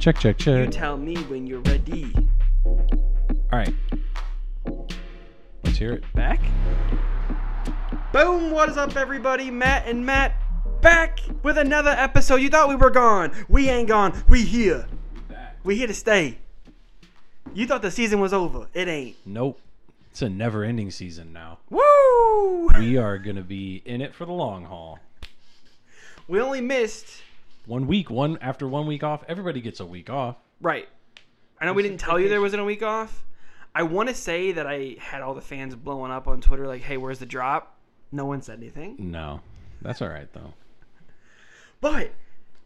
Check, check, You check. tell me when you're ready. All right. Let's hear it. Back? Boom! What is up, everybody? Matt and Matt back with another episode. You thought we were gone. We ain't gone. We here. We here to stay. You thought the season was over. It ain't. Nope. It's a never ending season now. Woo! We are going to be in it for the long haul. We only missed. One week, one after one week off, everybody gets a week off. Right. I know we didn't tell you there wasn't a week off. I want to say that I had all the fans blowing up on Twitter like, hey, where's the drop? No one said anything. No. That's all right, though. But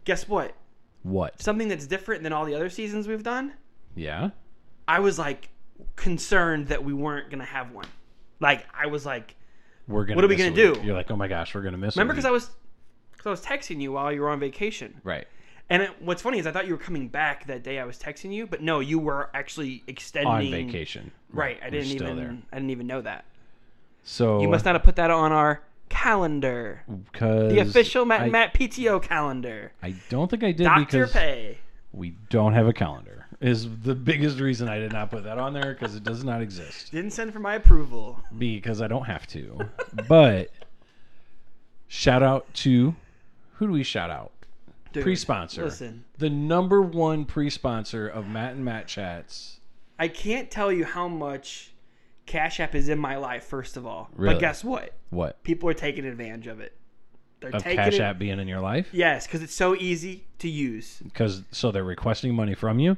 guess what? What? Something that's different than all the other seasons we've done. Yeah? I was like concerned that we weren't gonna have one. Like I was like, We're gonna What are we miss a gonna week. do? You're like, oh my gosh, we're going to miss remember a because I was because I was texting you while you were on vacation. Right. And it, what's funny is I thought you were coming back that day I was texting you, but no, you were actually extending On vacation. Right, I We're didn't still even there. I didn't even know that. So You must not have put that on our calendar, because the official Matt I, Matt PTO calendar. I don't think I did Doctor because Pay. we don't have a calendar. Is the biggest reason I did not put that on there because it does not exist. Didn't send for my approval. because I don't have to. but shout out to who do we shout out? Dude, Pre-sponsor. Listen. The number one pre-sponsor of Matt and Matt Chats. I can't tell you how much Cash App is in my life, first of all. Really? But guess what? What? people are taking advantage of it. They're Of taking Cash it, App being in your life? Yes, because it's so easy to use. Because so they're requesting money from you?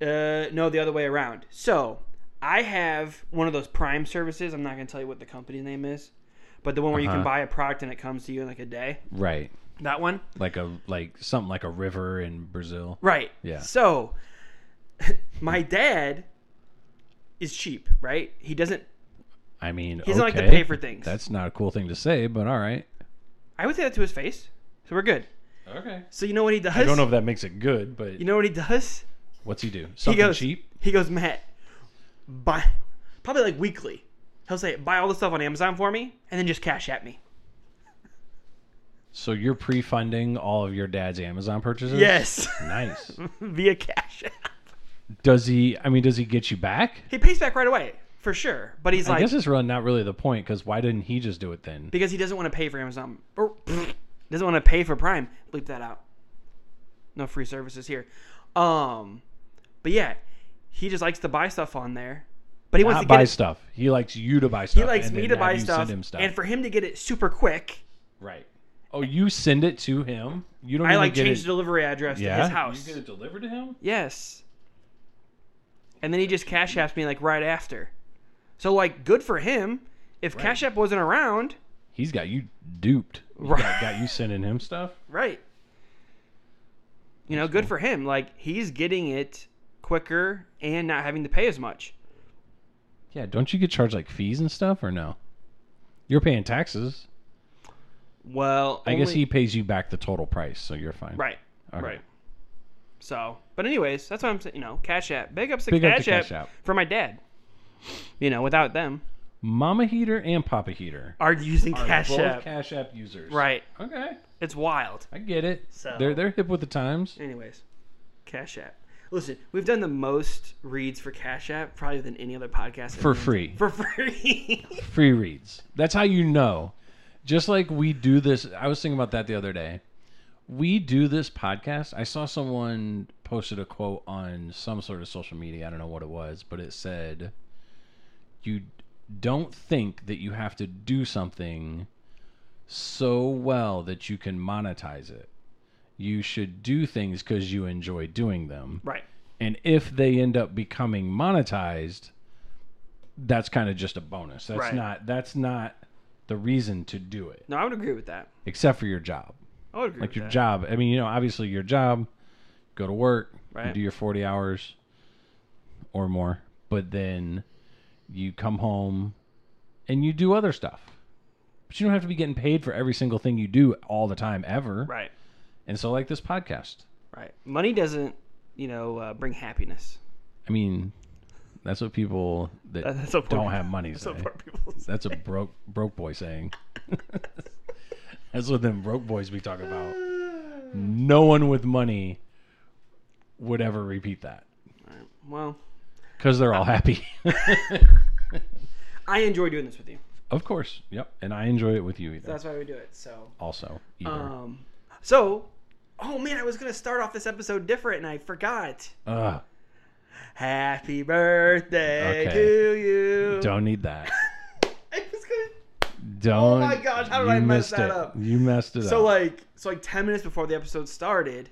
Uh, no, the other way around. So I have one of those Prime services. I'm not going to tell you what the company's name is, but the one where you Uh-huh. can buy a product and it comes to you in like a day. Right. That one, Like a like something like a river in Brazil. right? Yeah. So my dad is cheap, right? He doesn't. I mean, He doesn't like to okay. pay for things. That's not a cool thing to say, but all right. I would say that to his face. So we're good. Okay. So you know what he does? I don't know if that makes it good, but You know what he does? what's he do? he Something goes, cheap? He goes, Matt, buy probably like weekly. He'll say, buy all the stuff on Amazon for me, and then just cash at me. So you're pre-funding all of your dad's Amazon purchases? Yes, Nice. via cash. App. Does he? I mean, does he get you back? He pays back right away for sure, but he's I like guess it's really not really the point because why didn't he just do it then? because he doesn't want to pay for Amazon or doesn't want to pay for Prime. Bleep that out. No free services here. Um, but yeah, he just likes to buy stuff on there, but he wants Not to get buy it. stuff. He likes you to buy stuff. He likes and me then to have buy you stuff, Send him stuff. and for him to get it super quick. right. Oh, you send it to him. You don't. I even like get change the it. delivery address yeah. to his house. You get it delivered to him. Yes. And then he just cash apps me like right after. So like good for him. If Cash App wasn't around, He's got you duped. He's Right. Got, got you sending him stuff. right. You know, good for him. Like he's getting it quicker and not having to pay as much. Yeah. Don't you get charged like fees and stuff or no? You're paying taxes. Well, I guess only- he pays you back the total price, so you're fine. right, Okay. right. So, but anyways, that's what I'm saying. You know, Cash App, big ups to Big up to Cash, app Cash App. for my dad. You know, without them, Mama heater and Papa heater. are using are Cash both App. Cash App users. right, Okay. it's wild. I get it. So- They're they're hip with the times. Anyways, Cash App. Listen, we've done the most reads for Cash App probably than any other podcast For ever. free. For free. Free reads. That's how you know. Just like we do this I was thinking about that the other day. We do this podcast. I saw someone posted a quote on some sort of social media. I don't know what it was, but it said you don't think that you have to do something so well that you can monetize it. You should do things cuz you enjoy doing them. right. And if they end up becoming monetized, that's kind of just a bonus. That's Right. not that's not the reason to do it, No, I would agree with that. except for your job. I would agree Like with your that. job. I mean, you know, obviously your job, go to work, you Right. do your forty hours or more, but then you come home and you do other stuff. But you don't have to be getting paid for every single thing you do all the time ever. Right. And so like this podcast. Right. Money doesn't, you know, uh, bring happiness. I mean, that's what people that That- that's what poor don't people- have money That's say. what poor people say. That's a broke broke boy saying. That's what them broke boys be talking about. No one with money would ever repeat that All right. Well, because they're all happy. I enjoy doing this with you. of course. Yep. And I enjoy it with you either. That's why we do it. So, also, either. um, so, oh man, I was gonna start off this episode different, and I forgot. Ugh, Happy birthday Okay. to you. don't need that. I was gonna Don't. Oh my gosh, how did you I mess missed that it. up? You messed it So up. like, so like ten minutes before the episode started,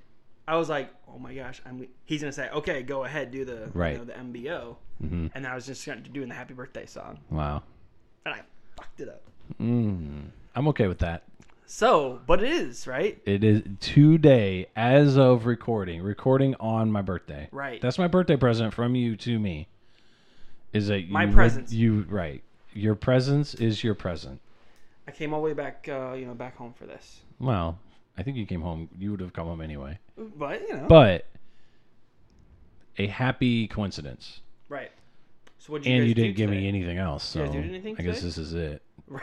I was like, "Oh my gosh, I'm." He's gonna say, "Okay, go ahead, do the Right. you know, the MBO," Mhm. and I was just gonna doing the happy birthday song, Wow. and I fucked it up. Mm. I'm okay with that. So, but it is right, It is today, as of recording, recording on my birthday. right. That's my birthday present from you to me. Is that My you would- presents. You right. Your presence is your present. I came all the way back, uh, you know, back home for this, Well, I think you came home. You would have come home anyway. but you know, But a happy coincidence, right. So what you and guys you didn't do give today? me anything else. So You guys did anything I guess today? this is it. right.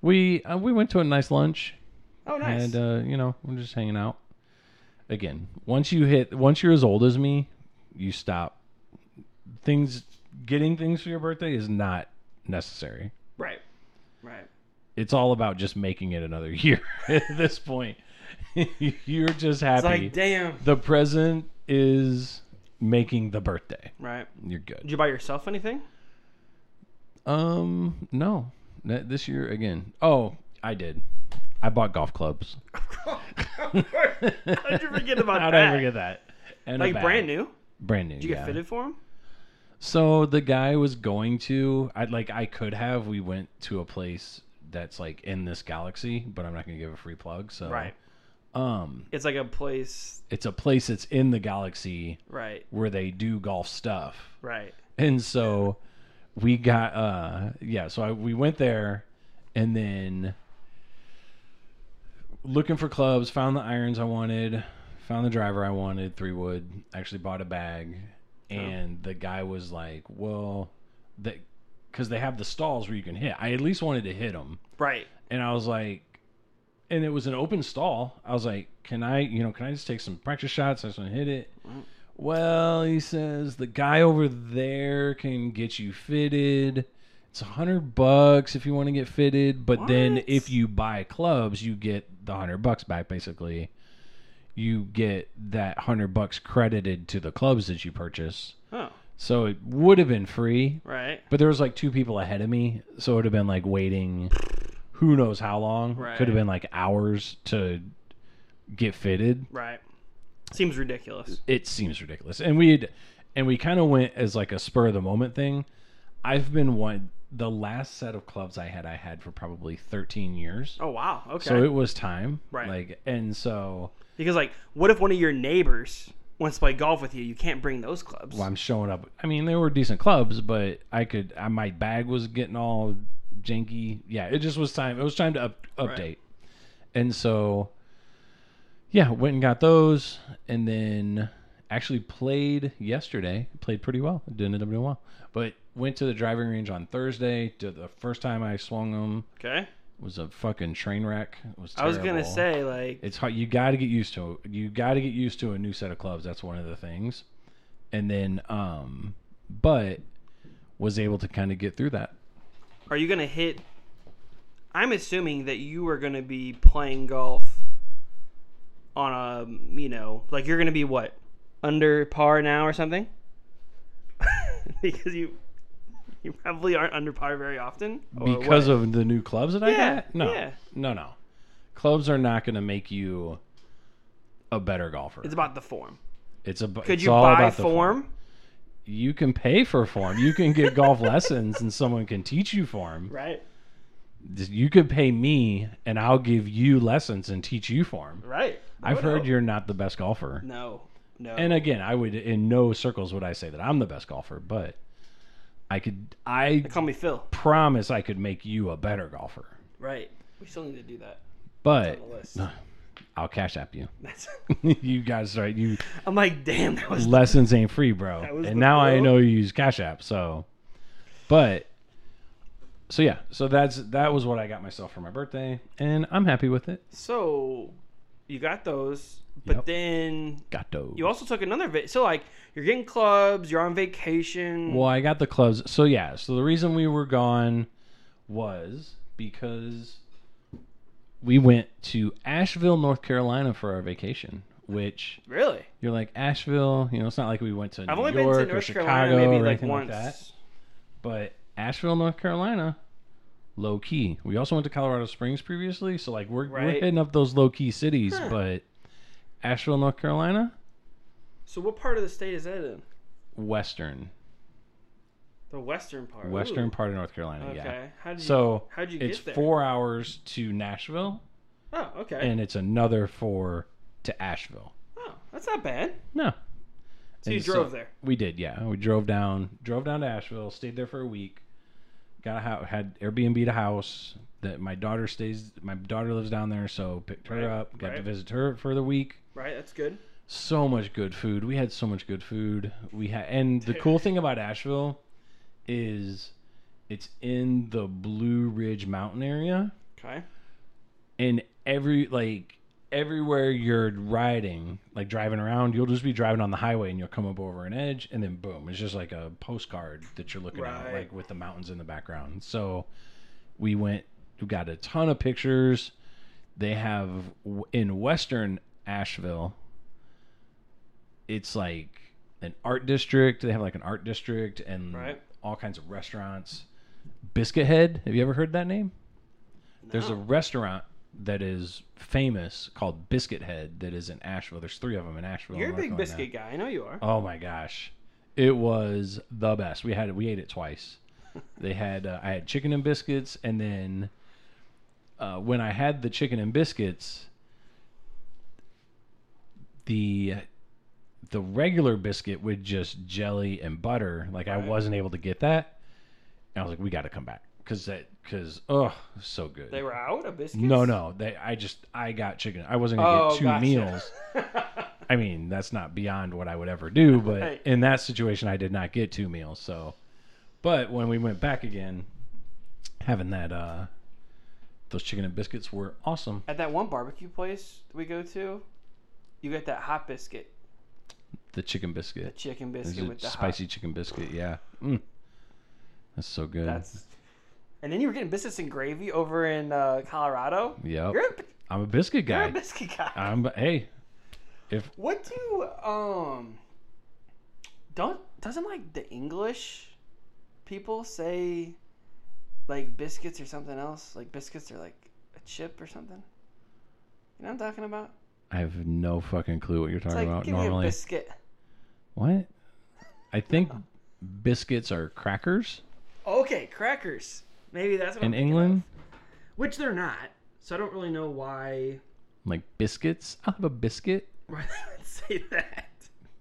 We uh, we went to a nice lunch, Oh, nice. and uh, you know we're just hanging out. Again, once you hit, once you're as old as me, you stop. Things getting things for your birthday is not necessary. right, right. it's all about just making it another year at this point. You're It's just happy. like, damn. the present is making the birthday. Right. You're Did good. you buy yourself anything? Um, no, Th- this year again. Oh, I did. I bought golf clubs. How'd you forget about How'd that? I forget that? And a like bag. brand new? Brand new. Did you yeah. get fitted for him? So the guy was going to. I like. I could have. We went to a place that's like in this galaxy, but I'm not gonna give a free plug. So Right. Um, It's like a place. it's a place that's in the galaxy Right. where they do golf stuff. Right. And so we got uh yeah, so I, we went there and then looking for clubs, found the irons I wanted, found the driver I wanted, three wood, actually bought a bag and the guy was like, "Well, that cuz they have the stalls where you can hit. I at least wanted to hit them." Right. and I was like, and it was an open stall. I was like, can I, you know, can I just take some practice shots? I just want to hit it. Well, he says the guy over there can get you fitted. It's a hundred bucks if you want to get fitted, but then What? if you buy clubs, you get the hundred bucks back. Basically, you get that hundred bucks credited to the clubs that you purchase. Oh. So it would have been free, Right. but there was like two people ahead of me, so it would have been like waiting who knows how long. Right. Could have been like hours to get fitted. Right. Seems ridiculous. It seems ridiculous. And we'd and we kind of went as like a spur of the moment thing. I've been one the last set of clubs I had I had for probably 13 years. Oh wow. Okay. So it was time. Right. Like and so because like, what if one of your neighbors wants to play golf with you? You can't bring those clubs. well, I'm showing up. I mean, they were decent clubs, but I could I, my bag was getting all janky. Yeah, it just was time. It was time to up, update. And so yeah, went and got those and then actually played yesterday. Played pretty well. Didn't end up doing well. But went to the driving range on Thursday. Did the first time I swung them Okay. was a fucking train wreck. It was I was gonna terrible. say like, It's hard. You got to get used to. it. You got to get used to a new set of clubs. That's one of the things. And then, um, but was able to kind of get through that. are you gonna hit? I'm assuming that you are gonna be playing golf on a you know like you're gonna be what under par now or something because you you probably aren't under par very often or what? because of the new clubs that I Yeah, got? No. yeah. No, no. Clubs are not going to make you a better golfer. it's about the form. It's about Could it's you all buy about the form? You can pay for form. You can get golf lessons and someone can teach you form. Right, You could pay me and I'll give you lessons and teach you form. right. I've heard you. you're not the best golfer. No, no. And again, I would in no circles would I say that I'm the best golfer, but I could I Call me Phil. promise I could make you a better golfer. Right. We still need to do that. But on the list. I'll cash app you. That's, you guys right, you I'm like, damn, that was. lessons ain't free, bro. was And the now I blow. know you use Cash App, so but so yeah, so that's that was what I got myself for my birthday, and I'm happy with it. So, you got those, but Yep. then Got those. you also took another va- so like you're getting clubs, you're on vacation. Well, I got the clubs. So yeah, so the reason we were gone was because we went to Asheville, North Carolina for our vacation, which Really? you're like Asheville, you know, it's not like we went to New I've only York been to or North Chicago Carolina or maybe like anything once. like that. But Asheville, North Carolina, low key. We also went to Colorado Springs previously, so like we're, we're Right. hitting up those low key cities, Huh. but Asheville, North Carolina, So what part of the state is that in? western, The western part. western Ooh. part of North Carolina, Okay. yeah. How did you, So how'd you it's get there? four hours to Nashville, Oh, okay. and it's another four to Asheville. oh, that's not bad. No, So you And so- drove there. we did. Yeah, we drove down, drove down to Asheville, stayed there for a week, got a house, had Airbnb to house that my daughter stays. My daughter lives down there, so picked her Right, up, got to right. visit her for the week. Right, that's good. so much good food. We had so much good food. We had, and the cool thing about Asheville is it's in the Blue Ridge Mountain area, Okay. Mm-hmm. and every like everywhere you're riding, like driving around, you'll just be driving on the highway, and you'll come up over an edge, and then boom, it's just like a postcard that you're looking at, Right. like with the mountains in the background. So we went, we got a ton of pictures. They have w- in Western Asheville, it's like an art district. They have like an art district and Right. all kinds of restaurants. Biscuit Head, have you ever heard that name? There's a No. restaurant that is famous called Biscuit Head that is in Asheville. There's three of them in Asheville. You're a North big Carolina. biscuit guy. I know you are. Oh my gosh, it was the best. We had it. We ate it twice. they had uh, I had chicken and biscuits, and then uh, when I had the chicken and biscuits, the the regular biscuit with just jelly and butter. Like I Right. wasn't able to get that, and I was like, we got to come back because that because oh so good. They were out of biscuits? no, no, they, I just I got chicken. I wasn't gonna Oh, get two gotcha. meals. I mean, that's not beyond what I would ever do, but Right. in that situation, I did not get two meals. So, but when we went back again, having that, uh, those chicken and biscuits were awesome. At that one barbecue place we go to, you get that hot biscuit, The chicken the biscuit, chicken It was biscuit a with the spicy hot. chicken biscuit, yeah, mm. that's so good. That's. And then you were getting biscuits and gravy over in uh, Colorado. yep, You're a, I'm a biscuit you're a guy. biscuit guy. I'm hey, What do um don't doesn't like the English people say like biscuits or something else? Like biscuits are like a chip or something? You know what I'm talking about? I have no fucking clue what you're It's talking like about give me a normally. biscuit. what? I think biscuits are crackers Okay, crackers. Maybe that's what I'm in thinking of. England. Which they're not. So I don't really know why Like biscuits, I'll have a biscuit. why they would say that.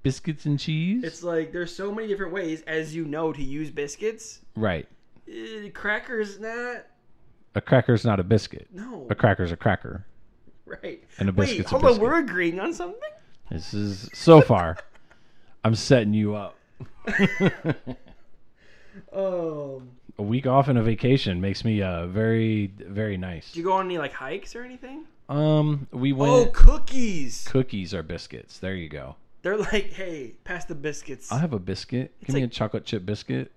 biscuits and cheese. It's like there's so many different ways, as you know, to use biscuits. right. Uh, crackers not A cracker's not a biscuit. no. A cracker's a cracker. Right. And a Wait, biscuit's a hold biscuit. on. We're agreeing on something. This is so far. I'm setting you up. Um, a week off and a vacation makes me uh very very nice. do you go on any like hikes or anything? Um, we went. oh, cookies. Cookies are biscuits. There you go. They're like, hey, pass the biscuits. I'll have a biscuit. Give me like- a chocolate chip biscuit.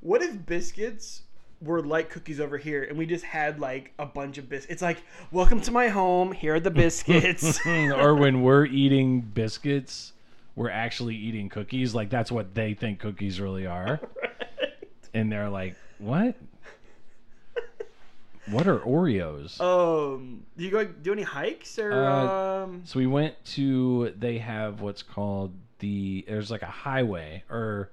what if biscuits were like cookies over here, and we just had like a bunch of biscuits? It's like, welcome to my home. Here are the biscuits. or when we're eating biscuits, we're actually eating cookies. Like that's what they think cookies really are. And they're like, "What? What are Oreos?" um, do you go do any hikes or Uh, um? So we went to they have what's called the there's like a highway or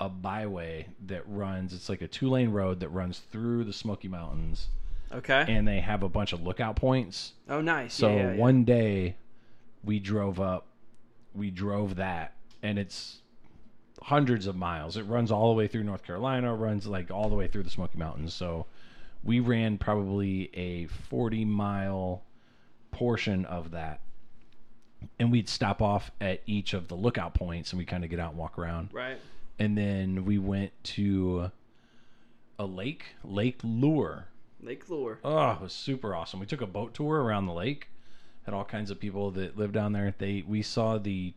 a byway that runs it's like a two lane road that runs through the Smoky Mountains Okay. and they have a bunch of lookout points. oh, nice. So Yeah, yeah, yeah. one day we drove up we drove that and it's hundreds of miles. It runs all the way through North Carolina, runs like all the way through the Smoky Mountains. So we ran probably a 40 mile portion of that. And we'd stop off at each of the lookout points and we kind of get out and walk around. Right. And then we went to a lake, Lake Lure. Lake Lure. Oh, it was super awesome. We took a boat tour around the lake, had all kinds of people that lived down there. They we saw the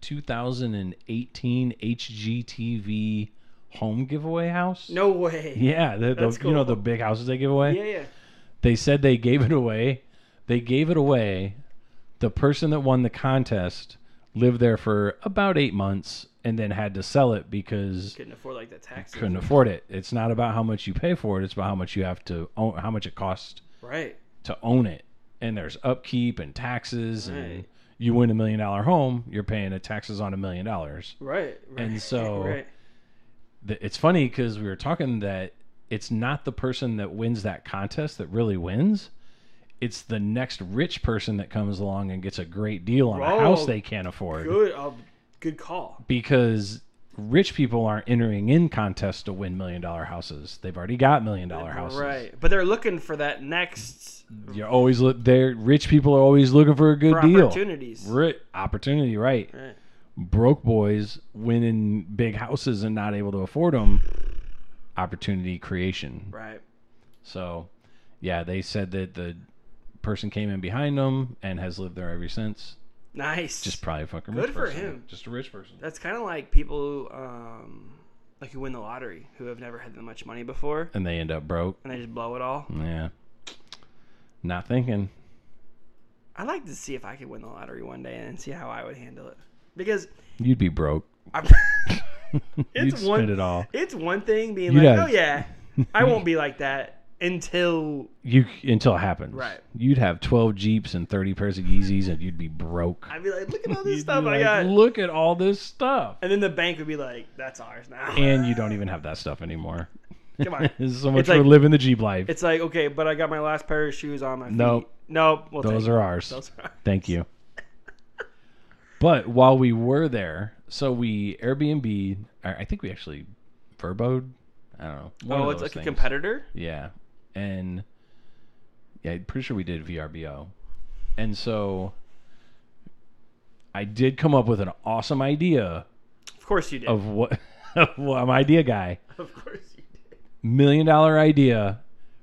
2018 HGTV home giveaway house. No way. Yeah, the, the That's you know cool. the big houses they give away. Yeah, yeah. They said they gave it away. They gave it away. The person that won the contest lived there for about 8 months and then had to sell it because Couldn't afford like the taxes. couldn't afford it. It's not about how much you pay for it, it's about how much you have to own, how much it costs Right. to own it. And there's upkeep and taxes and Right. you win a million dollar home, you're paying the taxes on a million dollars. Right. right And so- Right. th- it's funny because we were talking that it's not the person that wins that contest that really wins. It's the next rich person that comes along and gets a great deal on a Oh, house they can't afford Good. Uh, good call. because rich people aren't entering in contests to win million dollar houses. They've already got million dollar houses. Right. But they're looking for that next You're always look there. Rich people are always looking for a good for deal. opportunities. Ri- opportunity, right? Right. Broke boys winning big houses and not able to afford them. Opportunity creation. Right. So, yeah, they said that the person came in behind them and has lived there ever since. Nice. Just probably a fucking Good rich for person. him. Just a rich person. That's kind of like people who, um, like who win the lottery who have never had that much money before And they end up broke. and they just blow it all. Yeah. Not thinking. I'd like to see if I could win the lottery one day and see how I would handle it because You'd be broke. I'm, You'd it's spend one. it all. It's one thing being You'd like, have- oh yeah, I won't be like that until You until it happens. Right. You'd have twelve Jeeps and thirty pairs of Yeezys and you'd be broke. I'd be like, look at all You'd this be stuff I like, got, Look at all this stuff. and then the bank would be like, that's ours now. And you don't even have that stuff anymore. Come on. There's so much It's like- for living the Jeep life. It's like, okay, but I got my last pair of shoes on my feet. Nope. Nope. We'll Those take are it. ours. Those are Thank you. but while we were there, so we Airbnb, I I think we actually verboed. I don't know. one Oh, of it's those like a things. competitor? Yeah, and yeah, I'm pretty sure we did VRBO, and so I did come up with an awesome idea Of course you did. of what. well, I'm idea guy, Of course you did. million dollar idea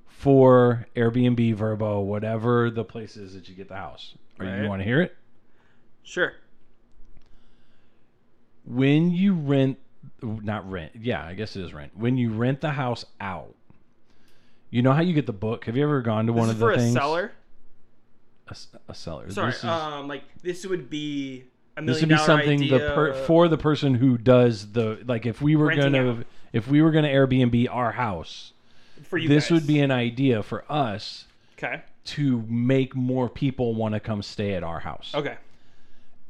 for Airbnb, Verbo, whatever the place is that you get the house. Are you Right. want to hear it? Sure. when you rent not rent yeah i guess it is rent when you rent the house out you know how you get the book have you ever gone to This one is of the for a things seller. a, s- a seller Sorry. this, is, um, like this would be a million this would be dollar something the idea. per, for the person who does the like if we were Renting gonna out. if we were gonna airbnb our house for you. this guys. would be an idea for us okay. to make more people want to come stay at our house Okay.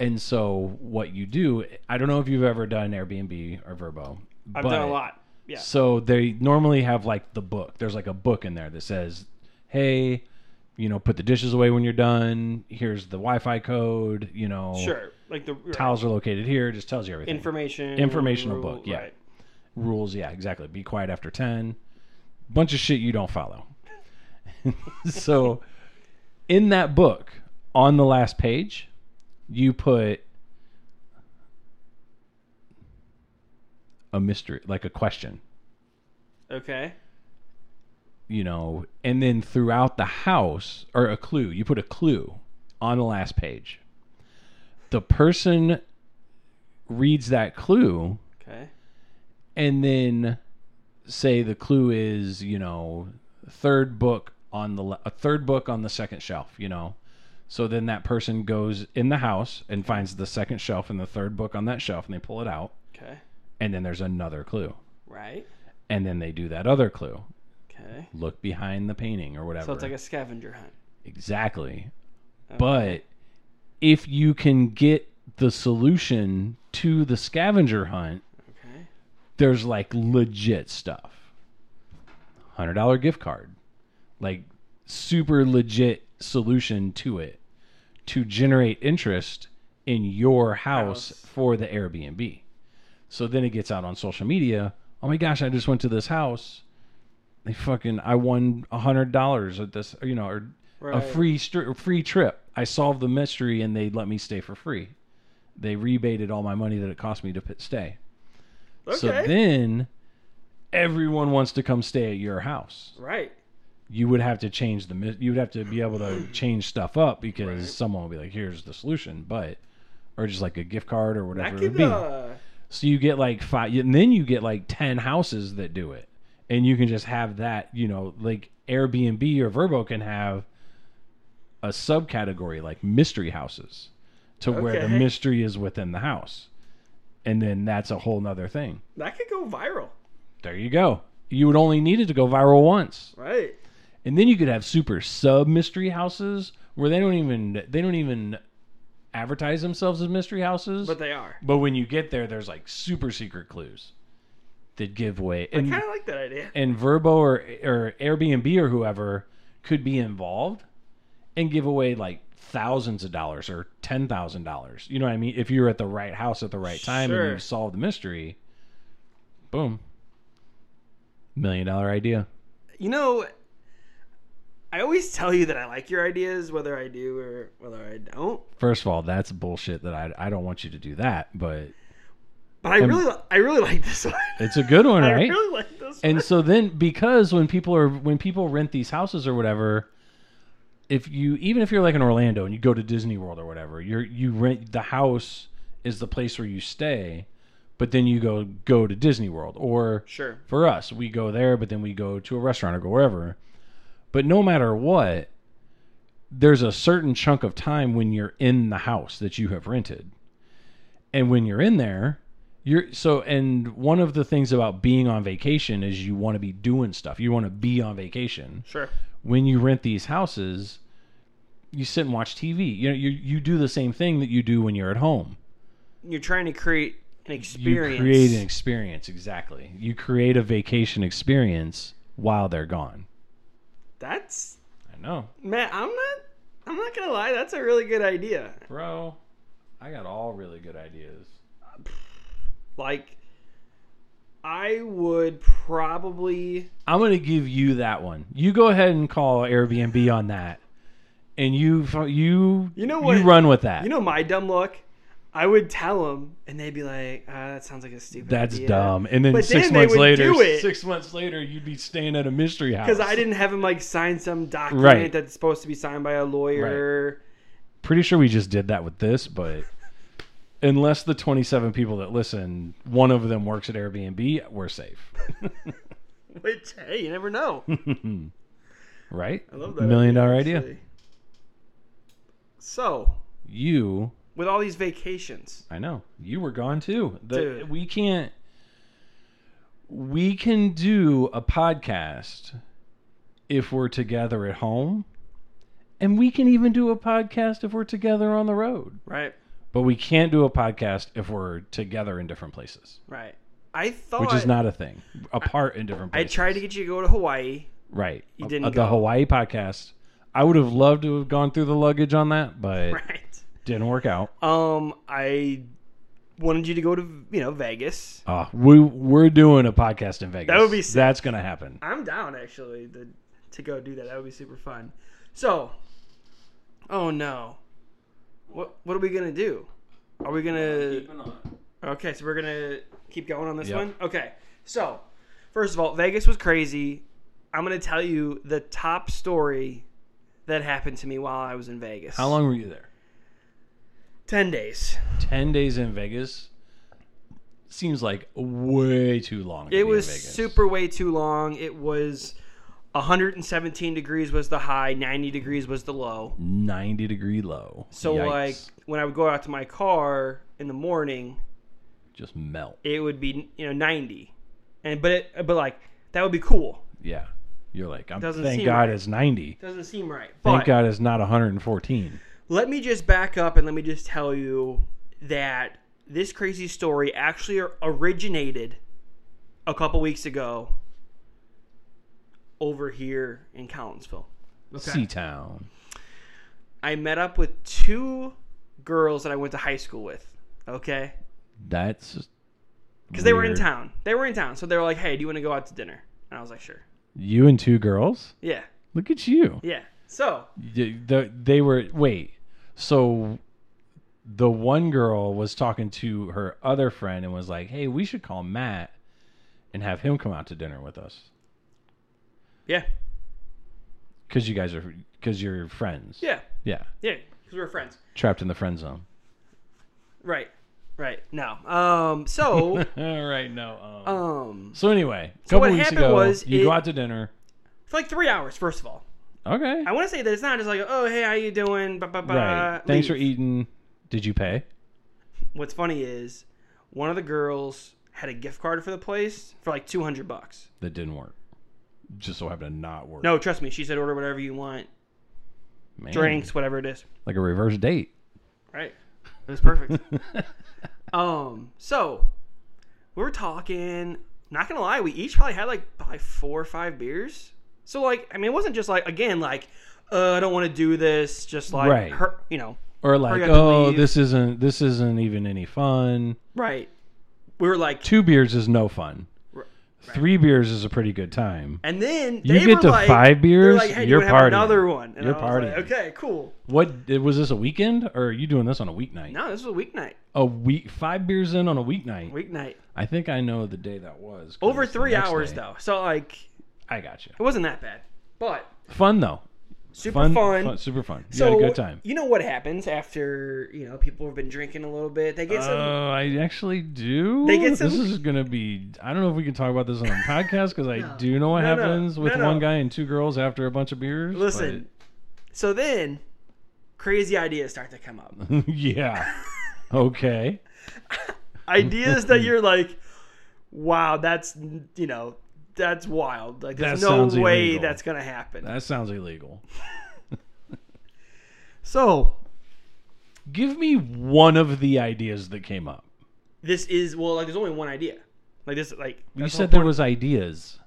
and so what you do i don't know if you've ever done airbnb or verbo I've but done a lot. Yeah. So they normally have like the book. There's like a book in there that says, "Hey, you know, put the dishes away when you're done. Here's the Wi-Fi code. You know, Sure. Like the right. towels are located here. It just tells you everything. information. Informational rule- book, yeah. Right. Rules, yeah, exactly. Be quiet after ten. Bunch of shit you don't follow. so, in that book, on the last page, you put a mystery, like a question. Okay. you know, and then throughout the house or a clue, you put a clue on the last page. The person reads that clue Okay. and then say the clue is, you know, third book on the le- a third book on the second shelf, you know. So then that person goes in the house and finds the second shelf and the third book on that shelf and they pull it out Okay. and then there's another clue. Right. And then they do that other clue. Okay. Look behind the painting or whatever. So it's like Oh. a scavenger hunt. Exactly. Okay. But if you can get the solution to the scavenger hunt, Okay. there's like legit stuff. $100 gift card. Like super legit solution to it to generate interest in your house, House. for the Airbnb. So then it gets out on social media. Oh my gosh, I just went to this house. They fucking I won $100 at this, you know, or a Right. free stri- free trip. I solved the mystery and they let me stay for free. They rebated all my money that it cost me to p- stay. Okay. So then everyone wants to come stay at your house. right. you would have to change the mi- you would have to be able to change stuff up because someone will be like, "Here's the solution," but or just like a gift card or I whatever it would could, be. uh, So you get like five, and then you get like ten houses that do it, and you can just have that. You know, like Airbnb or Verbo can have a subcategory like mystery houses, to where the Okay. mystery is within the house, and then that's a whole nother thing. that could go viral, There you go. You would only need it to go viral once, right? and then you could have super sub mystery houses where they don't even they don't even advertise themselves as mystery houses, But they are. but when you get there, there's like super secret clues that give way, and Kind of like that idea. and Verbo or or Airbnb or whoever could be involved and give away like thousands of dollars or ten thousand dollars. You know what I mean? If you're at the right house at the right time and Sure. you solve the mystery, boom, million dollar idea. You know, I always tell you that I like your ideas, whether I do or whether I don't. First of all, that's bullshit. That I I don't want you to do that, but But I really, li- I really like this one. it's a good one, I right? really like this one. and so then because when people are when people rent these houses or whatever if you even if you're like in orlando and you go to disney world or whatever you're you rent the house is the place where you stay but then you go go to disney world or Sure. for us we go there but then we go to a restaurant or go wherever but no matter what there's a certain chunk of time when you're in the house that you have rented and when you're in there you're so and one of the things about being on vacation is you want to be doing stuff you want to be on vacation Sure. when you rent these houses you sit and watch tv you know you, you do the same thing that you do when you're at home You're trying to create an experience. you create an experience exactly you create a vacation experience while they're gone That's i know man. I'm not. I'm not gonna lie. That's a really good idea. bro i got all really good ideas Like, I would probably. I'm gonna give you that one. You go ahead and call Airbnb on that, and you f- you You know what? you run with that. You know my dumb luck. I would tell them, and they'd be like, uh, "That sounds like a stupid." that's idea. dumb. And then But six then they months would later, do it. six months later, you'd be staying at a mystery house. Because I didn't have him like sign some document Right. that's supposed to be signed by a lawyer. Pretty sure we just did that with this, but unless the 27 people that listen, one of them works at Airbnb, we're safe, Which hey, you never know. right? I love that million dollar idea. actually. So, You, with all these vacations, I know you were gone too. The, Dude. We can't. We can do a podcast if we're together at home. And we can even do a podcast if we're together on the road. right? But we can't do a podcast if we're together in different places, Right. I thought which is not a thing. Apart in different I places. tried to get you to go to Hawaii. Right. You didn't Uh, go. The Hawaii podcast. I would have loved to have gone through the luggage on that, but Right. didn't work out. Um, I wanted you to go to you know Vegas. Uh, we we're doing a podcast in Vegas. That would be sick. That's gonna happen. I'm down actually to, to go do that. That would be super fun. So, oh no, what what are we gonna do? Are we gonna? Okay, so we're gonna keep going on this Yep. one. Okay, so first of all, Vegas was crazy. I'm gonna tell you the top story that happened to me while I was in Vegas. How long were you there? Ten days. Ten days in Vegas seems like way too long. to be It in was Vegas. super way too long. It was 117 degrees was the high, 90 degrees was the low. ninety degree low. So Yikes. like when I would go out to my car in the morning, just melt. it would be you know 90, and but it, but like that would be cool. Yeah, you're like, I'm, Doesn't thank seem God right. it's ninety. Doesn't seem right. Thank But God it's not 114. let me just back up and let me just tell you that this crazy story actually originated a couple weeks ago over here in Collinsville. Sea Town. I met up with two girls that I went to high school with. Okay, That's because they were in weird. town. They were in town, so they were like, "Hey, do you want to go out to dinner?" And I was like, "Sure." You and two girls. Yeah, Look at you. yeah. So Y- the- They were wait. So the one girl was talking to her other friend and was like, "Hey, we should call Matt and have him come out to dinner with us." yeah, because you guys are because you're friends. Yeah, yeah, yeah, because we're friends. trapped in the friend zone. Right, right. No. Um. So, All right, no. Um. um, so anyway, a so couple what weeks happened ago, was you it- go out to dinner. for like three hours. First of all, Okay, I want to say that it's not just like, oh, hey, how you doing? Ba, ba, ba, right. Thanks for leave. eating. Did you pay? What's funny is one of the girls had a gift card for the place for like two hundred bucks. That didn't work. Just so happened to not work. No, trust me. She said, order whatever you want, Man, drinks, whatever it is. like a reverse date. Right. It was perfect. um. So we were talking. Not gonna lie, we each probably had like probably four or five beers. So like, I mean, it wasn't just like again like, uh, I don't want to do this. Just like, Right. her, you know, Or like, up and oh, leave. this isn't this isn't even any fun. right. We were like, Two beers is no fun. Right. Three beers is a pretty good time. and then You they get were to like, five They're beers, like, hey, do you you're wanna have partying. another one. And You're I was like, partying. okay, cool. What was this a weekend, or are you doing this on a weeknight? No, this was a weeknight. A week, five beers in on a weeknight. Weeknight. I think I know the day that was. 'cause Over it's the three next hours day. though, so like, I got you. it wasn't that bad, but Fun though. super Fun, fun. fun- Super fun. You so had a good time. you know what happens after you know people have been drinking a little bit. They get some. Oh, I actually do. They get some- This is gonna be. I don't know if we can talk about this on a podcast because I do know what No, no. happens with No, no. one guy and two girls after a bunch of beers. listen. So then, crazy ideas start to come up. but- yeah. Okay. ideas that you're like, wow, that's you know that's wild. Like there's That no sounds way illegal. that's gonna happen. That sounds illegal. so Give me one of the ideas that came up. this is well, like there's only one idea. Like this, like You that's the said whole there was ideas.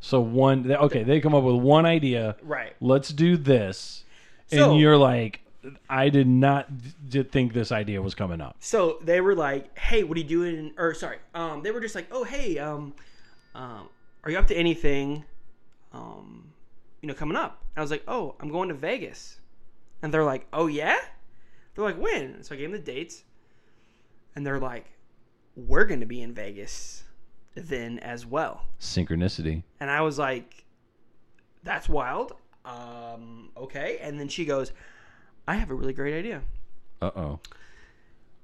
So one. th- Okay, they come up with one idea. point. right. Let's do this, So- and you're like, I did not did think this idea was coming up. So they were like, "Hey, what are you doing?" Or sorry, um, they were just like, "Oh, hey, um, um, are you up to anything, um, you know, coming up?" And I was like, "Oh, I'm going to Vegas," and they're like, "Oh yeah," they're like, "When?" And so I gave them the dates, and they're like, "We're going to be in Vegas then as well," Synchronicity. and I was like, "That's wild." Um, okay, and then she goes, "I have a really great idea." Uh oh.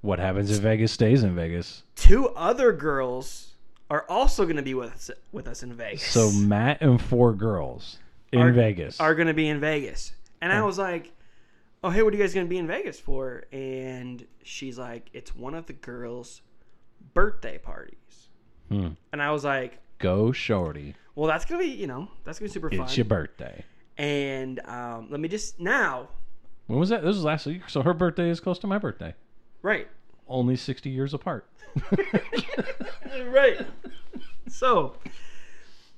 What happens if Vegas stays in Vegas? two other girls are also going to be with us, with us in Vegas. So Matt and four girls in Are- Vegas. are going to be in Vegas, and I was like, "Oh, hey, what are you guys going to be in Vegas for?" And she's like, "It's one of the girls' birthday parties," Hmm. and I was like, Go shorty. "Well, that's going to be you know that's going to be super fun." It's your birthday. and um, let me just now, When was that? This was last week. So her birthday is close to my birthday. right, Only 60 years apart. right. so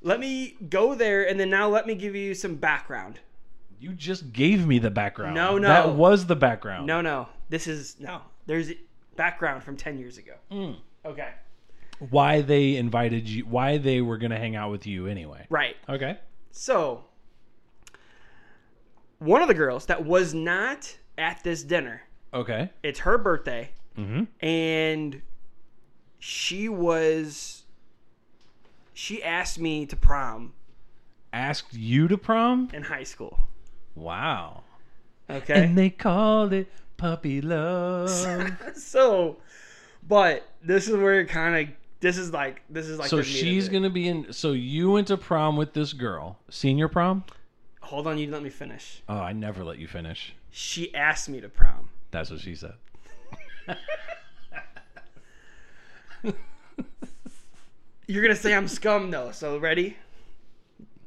let me go there, and then now let me give you some background. You just gave me the background. No, no. That was the background. No, no. This is no. There's background from 10 years ago. Mm. Okay. Why they invited you, why they were going to hang out with you anyway. Right. Okay. So, one of the girls that was not at this dinner, Okay. it's her birthday, Mm-hmm. and she was. She asked me to prom Asked you to prom? in high school. Wow. Okay. And they called it puppy love. so, but this is where it kind of. This is like. This is like. so the meat of she's it. gonna be in. So you went to prom with this girl, senior prom. Hold on, you let me finish. Oh, I never let you finish. She asked me to prom. That's what she said. You're gonna say I'm scum though, so ready?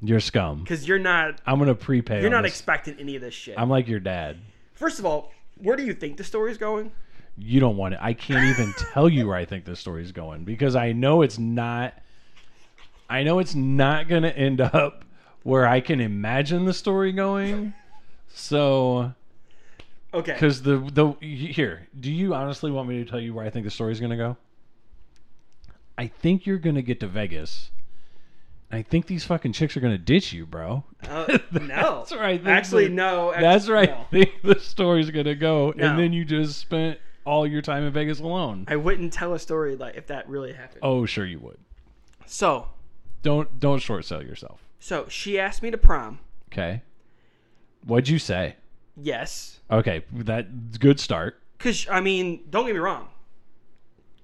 You're scum. Because you're not I'm gonna prepay. you're on not this. expecting any of this shit. I'm like your dad. First of all, where do you think the story's going? You don't want it. I can't even tell you where I think this story's going because I know it's not. I know it's not gonna end up where I can imagine the story going. So, Okay. because the the here, do you honestly want me to tell you where I think the story's gonna go? I think you're gonna get to Vegas. I think these fucking chicks are gonna ditch you, bro. Uh, no. That's right. Actually, no. Actually, That's right. I no. think the story's gonna go, No. and then you just spent all your time in Vegas alone. I wouldn't tell a story like if that really happened. Oh, sure you would. So, Don't don't short sell yourself. so she asked me to prom. Okay. What'd you say? Yes. Okay, that good start. Because, I mean, don't get me wrong.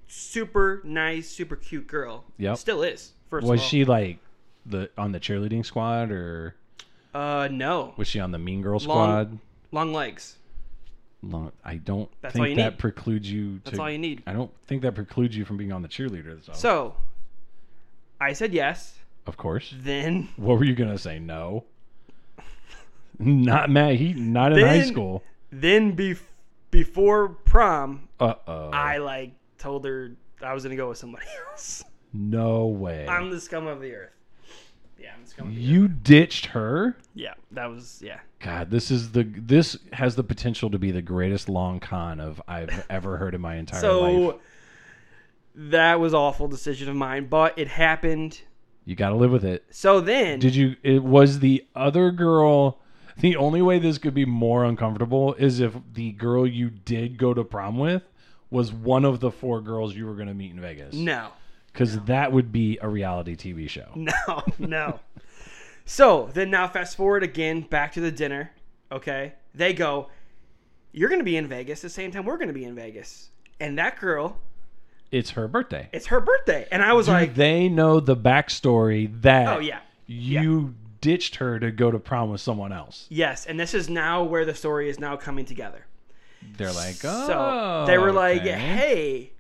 Super nice, super cute girl. Yep. Still is, first Was of all. she like the on the cheerleading squad or Uh, no. was she on the Mean Girl Long- squad? Long legs. Long, I don't That's all you think that need. precludes you. That's to, all you need. I don't think that precludes you from being on the cheerleaders. So, So, I said yes. of course. Then, What were you gonna say? No. Not Matt Heaton. Not in high Then- school. then bef- before prom, Uh oh. I like told her I was gonna go with somebody else. No way. I'm the scum of the earth. Yeah, I'm the scum. Of the earth. you ditched her. Yeah, that was yeah. God, this is the this has the potential to be the greatest long con of I've ever heard in my entire So life. that was awful decision of mine, but it happened. You got to live with it. So then, Did you? It was the other girl. The only way this could be more uncomfortable is if the girl you did go to prom with was one of the four girls you were going to meet in Vegas. no, because that would be a reality TV show. no, no. so then now fast forward again back to the dinner. Okay, they go. You're gonna be in Vegas the same time we're gonna be in Vegas, and that girl, It's her birthday. it's her birthday, and I was like, Do they know the backstory that oh yeah. you ditched her to go to prom with someone else. Yes, and this is now where the story is now coming together. They're like, oh, so they were like, okay." "Hey,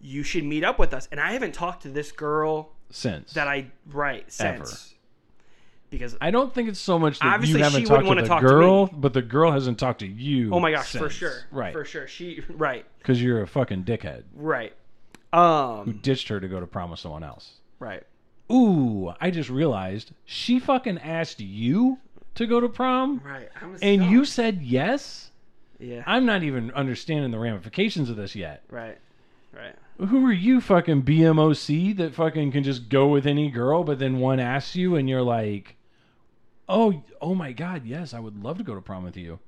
you should meet up with us." And I haven't talked to this girl since that I right since because I don't think it's so much that Obviously, you she wouldn't haven't talked to wanna the talk to girl, but the girl hasn't talked to you. oh my gosh, for since. sure, right? for sure, she right, Because you're a fucking dickhead. right, um, Ditched her to go to prom with someone else. right, Ooh, I just realized she fucking asked you to go to prom, right. I'm a and scout. you said yes. yeah, I'm not even understanding the ramifications of this yet. right, right, Who are you, fucking BMOC, that fucking can just go with any girl, but then one asks you, and you're like, "Oh, oh my god, yes, I would love to go to prom with you,"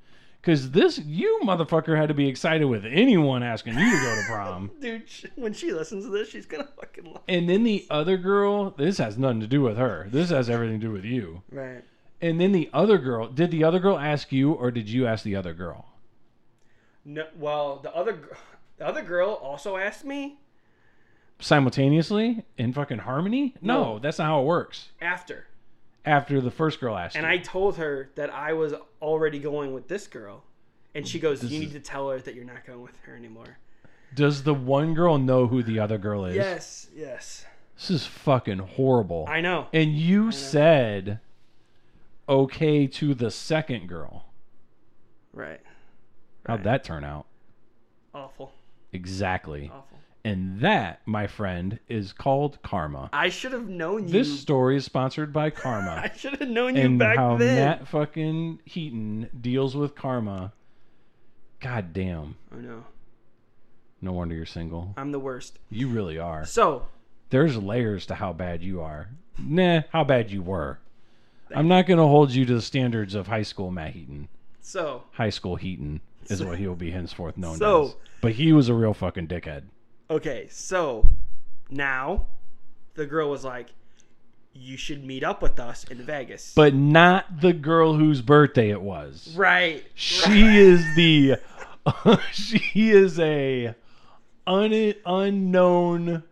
because this you motherfucker had to be excited with anyone asking you to go to prom. dude. sh- When she listens to this, she's gonna fucking love. and then the other girl, this has nothing to do with her. This has everything to do with you. Right. And then the other girl, did the other girl ask you, or did you ask the other girl? No, well, the other gr- the other girl also asked me Simultaneously in fucking harmony? No, No. that's not how it works. after. After the first girl asked, And you. I told her that I was already going with this girl. And she goes, You is- need to tell her that you're not going with her anymore. Does the one girl know who the other girl is? Yes, yes. This is fucking horrible. I know. and you said okay to the second girl. Right. How'd that turn out? Awful. Exactly. Awful. And that, my friend, is called karma. I should have known you. This story is sponsored by karma. I should have known you and back how then. Matt fucking Heaton deals with karma. God damn. Oh no. No wonder you're single. I'm the worst. You really are. So, there's layers to how bad you are. Nah, how bad you were. I'm not going to hold you to the standards of high school Matt Heaton. so, High school Heaton is what he'll be henceforth known So- as. But he was a real fucking dickhead. okay, so now the girl was like, You should meet up with us in Vegas. But not the girl whose birthday it was. right. She is the. she is a un, unknown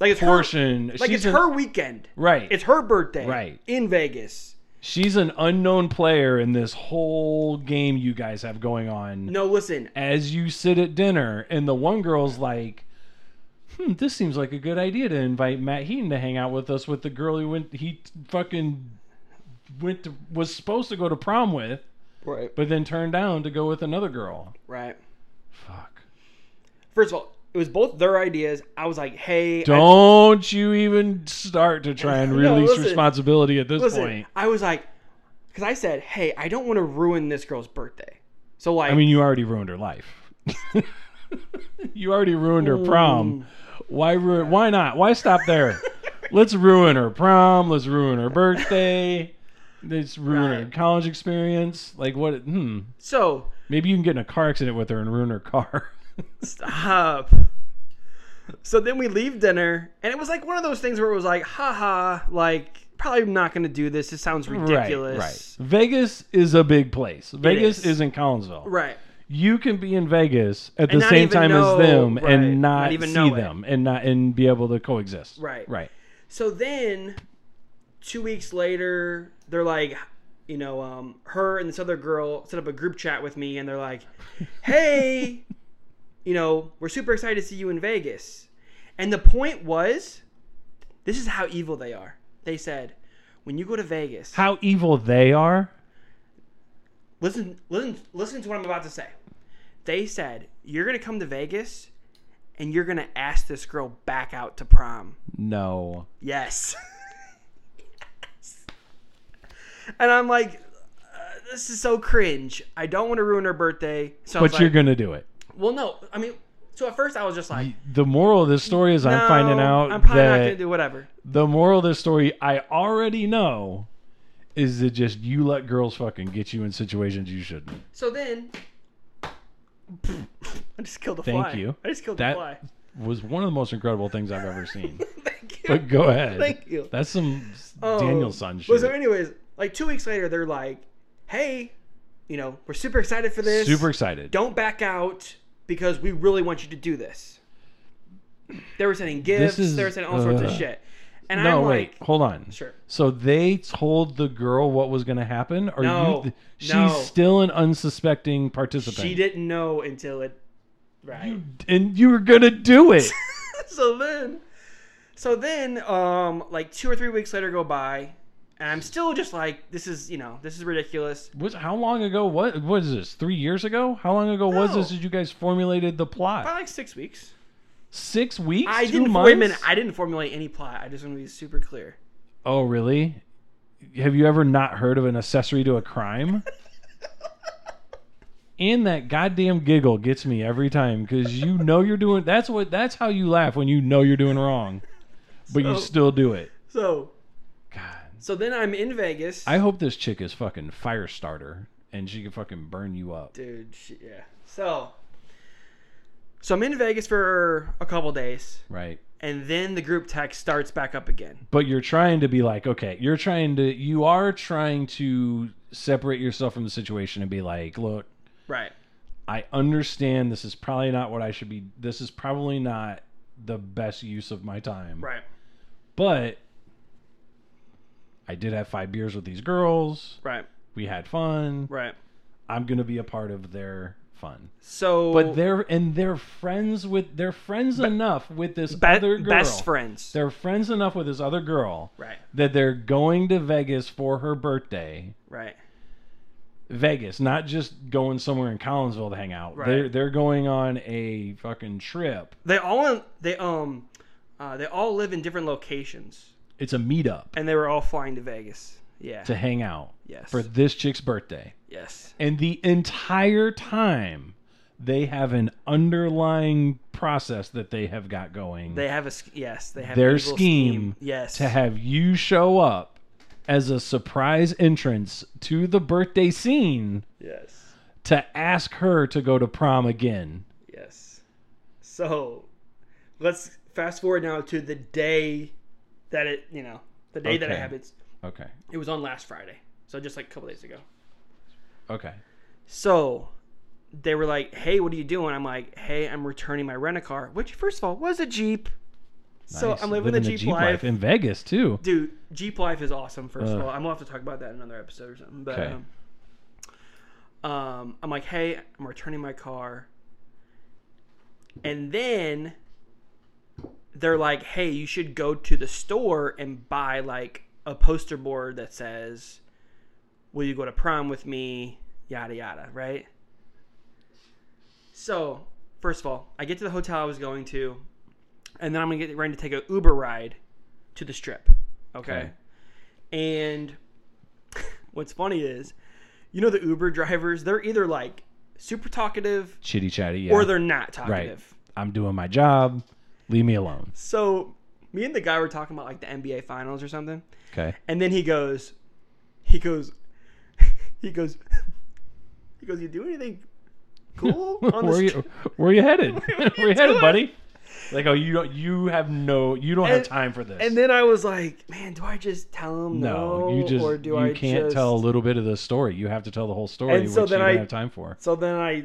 Like it's her portion. like She's it's an- her weekend. Right. It's her birthday. Right. In Vegas. She's an unknown player in this whole game you guys have going on. No, listen. as you sit at dinner and the one girl's like hmm this seems like a good idea to invite matt heaton to hang out with us with the girl who went he t- fucking went to was supposed to go to prom with Right. but then turned down to go with another girl Right. fuck First of all, it was both their ideas. I was like, hey, I- don't you even start to try and No, release listen. responsibility at this listen. point I was like, because I said, hey, I don't want to ruin this girl's birthday. So like, i mean you already ruined her life you already ruined her prom why ruin why not why stop there let's ruin her prom. Let's ruin her birthday. Let's ruin her Right. college experience. Like what? Hmm. so Maybe you can get in a car accident with her and ruin her car. stop. So then we leave dinner, and it was like one of those things where it was like, haha, like probably not going to do this. This sounds ridiculous. Right, right. Vegas is a big place. Vegas is. is. in Collinsville. Right. You can be in Vegas at And the not same even time know- as them right, and not, not even see know it. them and not and be able to coexist. Right. Right. So then, two weeks later, they're like, you know, um, her and this other girl set up a group chat with me, and they're like, hey, you know, we're super excited to see you in Vegas. And the point was, this is how evil they are. They said, when you go to Vegas, How evil they are. listen, listen, listen to what I'm about to say. They said, you're gonna come to Vegas, and you're gonna ask this girl back out to prom. No. Yes. And I'm like, uh, this is so cringe. I don't want to ruin her birthday. So I But was you're like, gonna do it. well, no. I mean, so at first I was just like, The moral of this story is I'm no, finding out I'm probably not that gonna do whatever. the moral of this story I already know is that just you let girls fucking get you in situations you shouldn't. So then, I just killed a Thank fly. you. I just killed a That- fly. Was one of the most incredible things I've ever seen. Thank you. But go ahead. Thank you. That's some s- Um, Daniel son Well, shit. so anyways, like two weeks later, they're like, hey, you know, we're super excited for this. Super excited. don't back out because we really want you to do this. They were sending gifts. is- they were sending all sorts of uh, shit. And No, I'm wait. like, hold on. sure. So they told the girl what was going to happen? Or No, you, she's no. still an unsuspecting participant. She didn't know until it. Right. And you were going to do it. so then, so then, um, like two or three weeks later go by, and I'm still just like, this is you know, this is ridiculous. was, how long ago? What was this? Three years ago? How long ago was No. this that you guys formulated the plot? Probably like six weeks. Six weeks? I 2 didn't. months? Wait a minute. I didn't formulate any plot. I just want to be super clear. oh, really? Have you ever not heard of an accessory to a crime? and that goddamn giggle gets me every time because you know you're doing. That's what. That's how you laugh when you know you're doing wrong, but you So- still do it. So, God, so then I'm in Vegas. I hope this chick is fucking fire starter and she can fucking burn you up. dude she, yeah so so i'm in vegas for a couple days Right. and then the group text starts back up again but you're trying to be like okay you're trying to you are trying to separate yourself from the situation and be like look right i understand this is probably not what i should be this is probably not the best use of my time right but i did have five beers with these girls right we had fun right i'm gonna be a part of their fun so but they're and they're friends with they're friends enough with this be- other girl best friends they're friends enough with this other girl right that they're going to Vegas for her birthday. right Vegas, not just going somewhere in Collinsville to hang out. Right. They're they're going on a fucking trip. they all they um uh, they all live in different locations It's a meetup and they were all flying to vegas yeah to hang out yes for this chick's birthday. yes And the entire time they have an underlying process that they have got going they have a sch- yes they have Their an evil scheme scheme yes to have you show up as a surprise entrance to the birthday scene yes to ask her to go to prom again. Yes. So let's fast forward now to the day that it, you know, the day that it Okay. happens. Okay. It was on last Friday. So just like a couple days ago. Okay. So they were like, hey, what are you doing? I'm like, hey, I'm returning my rent a car, which, first of all, was a Jeep. So Nice. I'm living, the Jeep, life. in Vegas too. Dude, Jeep life is awesome, first of Ugh. all. I'm going to have to talk about that in another episode or something. But Okay. um, um, I'm like, hey, I'm returning my car. And then they're like, hey, you should go to the store and buy like a poster board that says, will you go to prom with me? Yada, yada, right? So, first of all, I get to the hotel I was going to, and then I'm going to get ready to take an Uber ride to the strip. Okay. And what's funny is, you know, the Uber drivers, they're either like super talkative Chitty chatty. Yeah. or they're not talkative. I'm doing my job. Leave me alone. So, me and the guy were talking about like the NBA finals or something. Okay. And then he goes, he goes, he goes, he goes, you do anything cool on where the you strip? where you headed? What are where you you headed, doing? buddy? Like, oh, you don't, you have no, you don't have And- time for this. And then I was like, man, do I just tell him no? no, you just or do you I can't just... tell a little bit of the story. You have to tell the whole story, And so which then you don't I- have time for. So then I,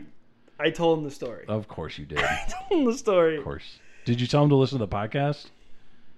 I told him the story. Of course you did. I told him the story. Uh, Of course. Did you tell him to listen to the podcast?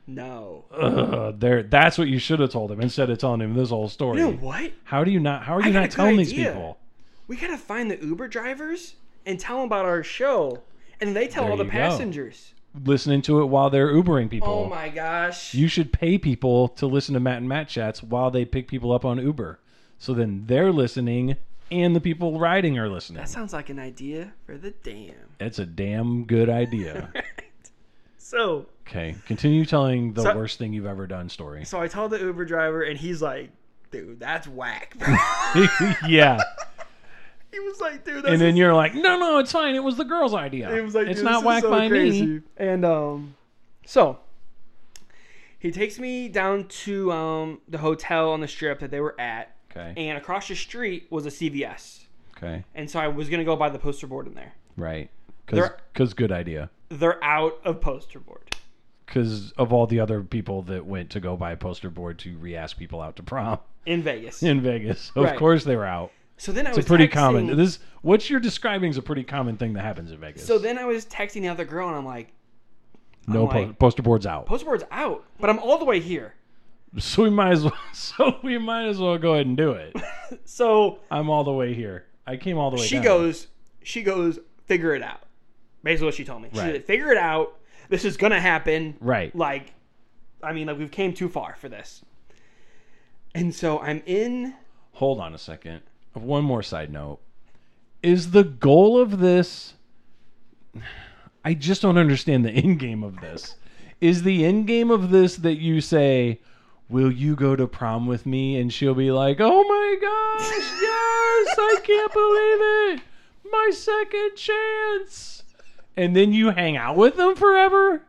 No. Ugh, there. That's what you should have told him instead of telling him this whole story. You know what? How do you not? How are I you got a not good telling these idea. people? We gotta find the Uber drivers and tell them about our show, and they tell There all the you go. passengers. Listening to it while they're Ubering people. Oh my gosh! You should pay people to listen to Matt and Matt chats while they pick people up on Uber. So then they're listening and the people riding are listening. that sounds like an idea for the damn. That's a damn good idea. So, okay, continue telling the So- worst thing you've ever done story. so I told the Uber driver, and he's like, "Dude, that's whack." bro." yeah. he was like, "Dude," that's And then you're like, no, no, it's fine. It was the girl's idea. It was like, it's dude, this not is whack so by crazy. me. And um, so he takes me down to um the hotel on the strip that they were at, Okay. and across the street was a CVS, Okay. and so I was gonna go by the poster board in there. Right. There- Because good idea. They're out of poster board. Because of all the other people that went to go buy a poster board to re ask people out to prom in Vegas. in Vegas. Of Right. course they were out. So then I was It's a pretty texting, common. This what you're describing is a pretty common thing that happens in Vegas. So then I was texting the other girl, and I'm like, no I'm po- like- poster boards out. "Poster board's out," but I'm all the way here. so we might as well. So we might as well go ahead and do it. So I'm all the way here. I came all the way. she down. goes, she goes, figure it out. Basically, what she told me. She Right. said, "Figure it out. This is gonna happen." right. Like, I mean, like we've came too far for this. And so I'm in. Hold on a second. One more side note. Is the goal of this? I just don't understand the end game of this. Is the end game of this that you say, "Will you go to prom with me?" and she'll be like, "Oh my gosh, yes! I can't believe it! My second chance!" And then you hang out with them forever?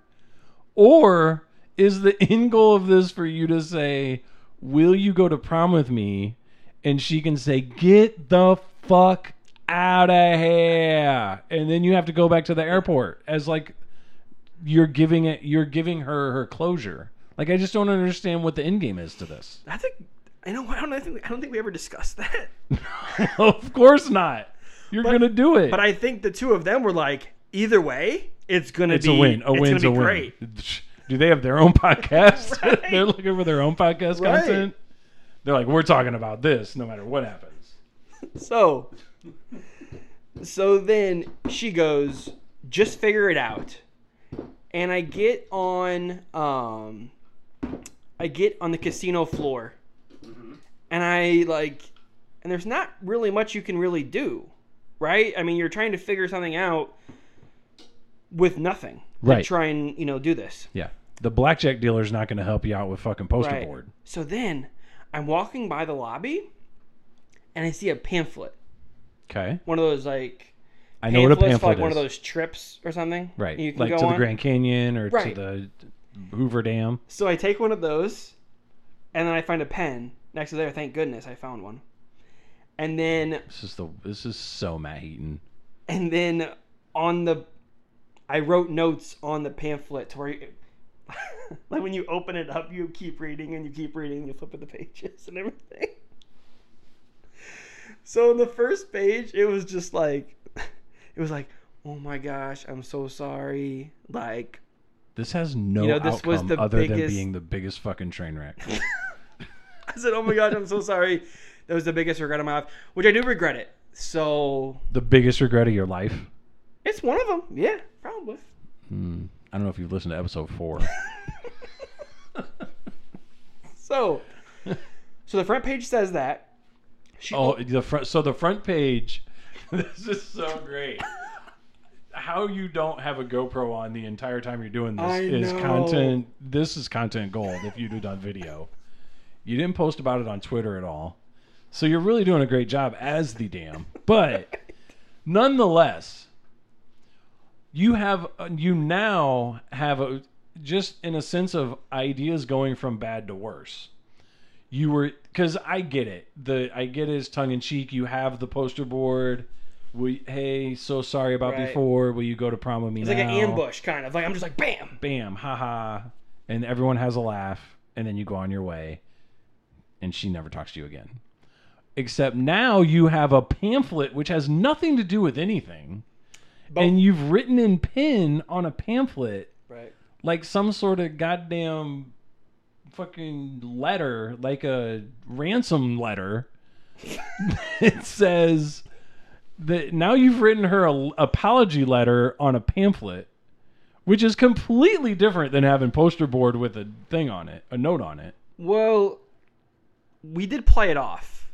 Or is the end goal of this for you to say, "Will you go to prom with me?" and she can say, "Get the fuck out of here," and then you have to go back to the airport as like you're giving it, you're giving her her closure. Like I just don't understand what the end game is to this. That's a. I know. I don't I think. I don't think we ever discussed that. of course not. You're gonna do it. But I think the two of them were like, either way, it's gonna it's be a win. A it's win's a gonna be win. great. Do they have their own podcast? Right. They're looking for their own podcast Right. content. They're like, we're talking about this no matter what happens. So, so then she goes, just figure it out. And I get on, um, I get on the casino floor, and I like, and there's not really much you can really do, right? I mean, you're trying to figure something out with nothing, Right. To try and you know do this. Yeah. The blackjack dealer's not going to help you out with fucking poster Right. board. So then I'm walking by the lobby, and I see a pamphlet, Okay. one of those like I know what a pamphlets pamphlet for, like is. one of those trips or something. right. You can like go to on. the Grand Canyon or Right. to the Hoover Dam. So I take one of those, and then I find a pen next to there. Thank goodness I found one. And then This is the this is so Matt Heaton. and then on the, I wrote notes on the pamphlet to where. You, like when you open it up, you keep reading and you keep reading and you flip at the pages and everything. So on the first page, it was just like, it was like, oh my gosh, I'm so sorry. Like, This has no You know, this outcome was the other than biggest- being the biggest fucking train wreck. I said, "Oh my gosh, I'm so sorry." That was the biggest regret of my life, which I do regret it. So the biggest regret of your life. it's one of them. Yeah, probably. Hmm. I don't know if you've listened to episode four. So, so the front page says that. She, oh, the front. So the front page. This is so great. How you don't have a GoPro on the entire time you're doing this I is know. content. This is content gold. If you do done video, you didn't post about it on Twitter at all, so you're really doing a great job as the damn. But nonetheless, you have you now have a just in a sense of ideas going from bad to worse you were because I get it. The I get it is tongue in cheek. You have the poster board. We, hey, so sorry about Right. before. Will you go to prom with me It's now? like an ambush, kind of. Like I'm just like, bam. Bam, haha. And everyone has a laugh. And then you go on your way. And she never talks to you again. Except now you have a pamphlet which has nothing to do with anything. But- and you've written in pen on a pamphlet Right. like some sort of goddamn fucking letter, like a ransom letter. it says that now you've written her a apology letter on a pamphlet, which is completely different than having poster board with a thing on it, a note on it. Well, we did play it off.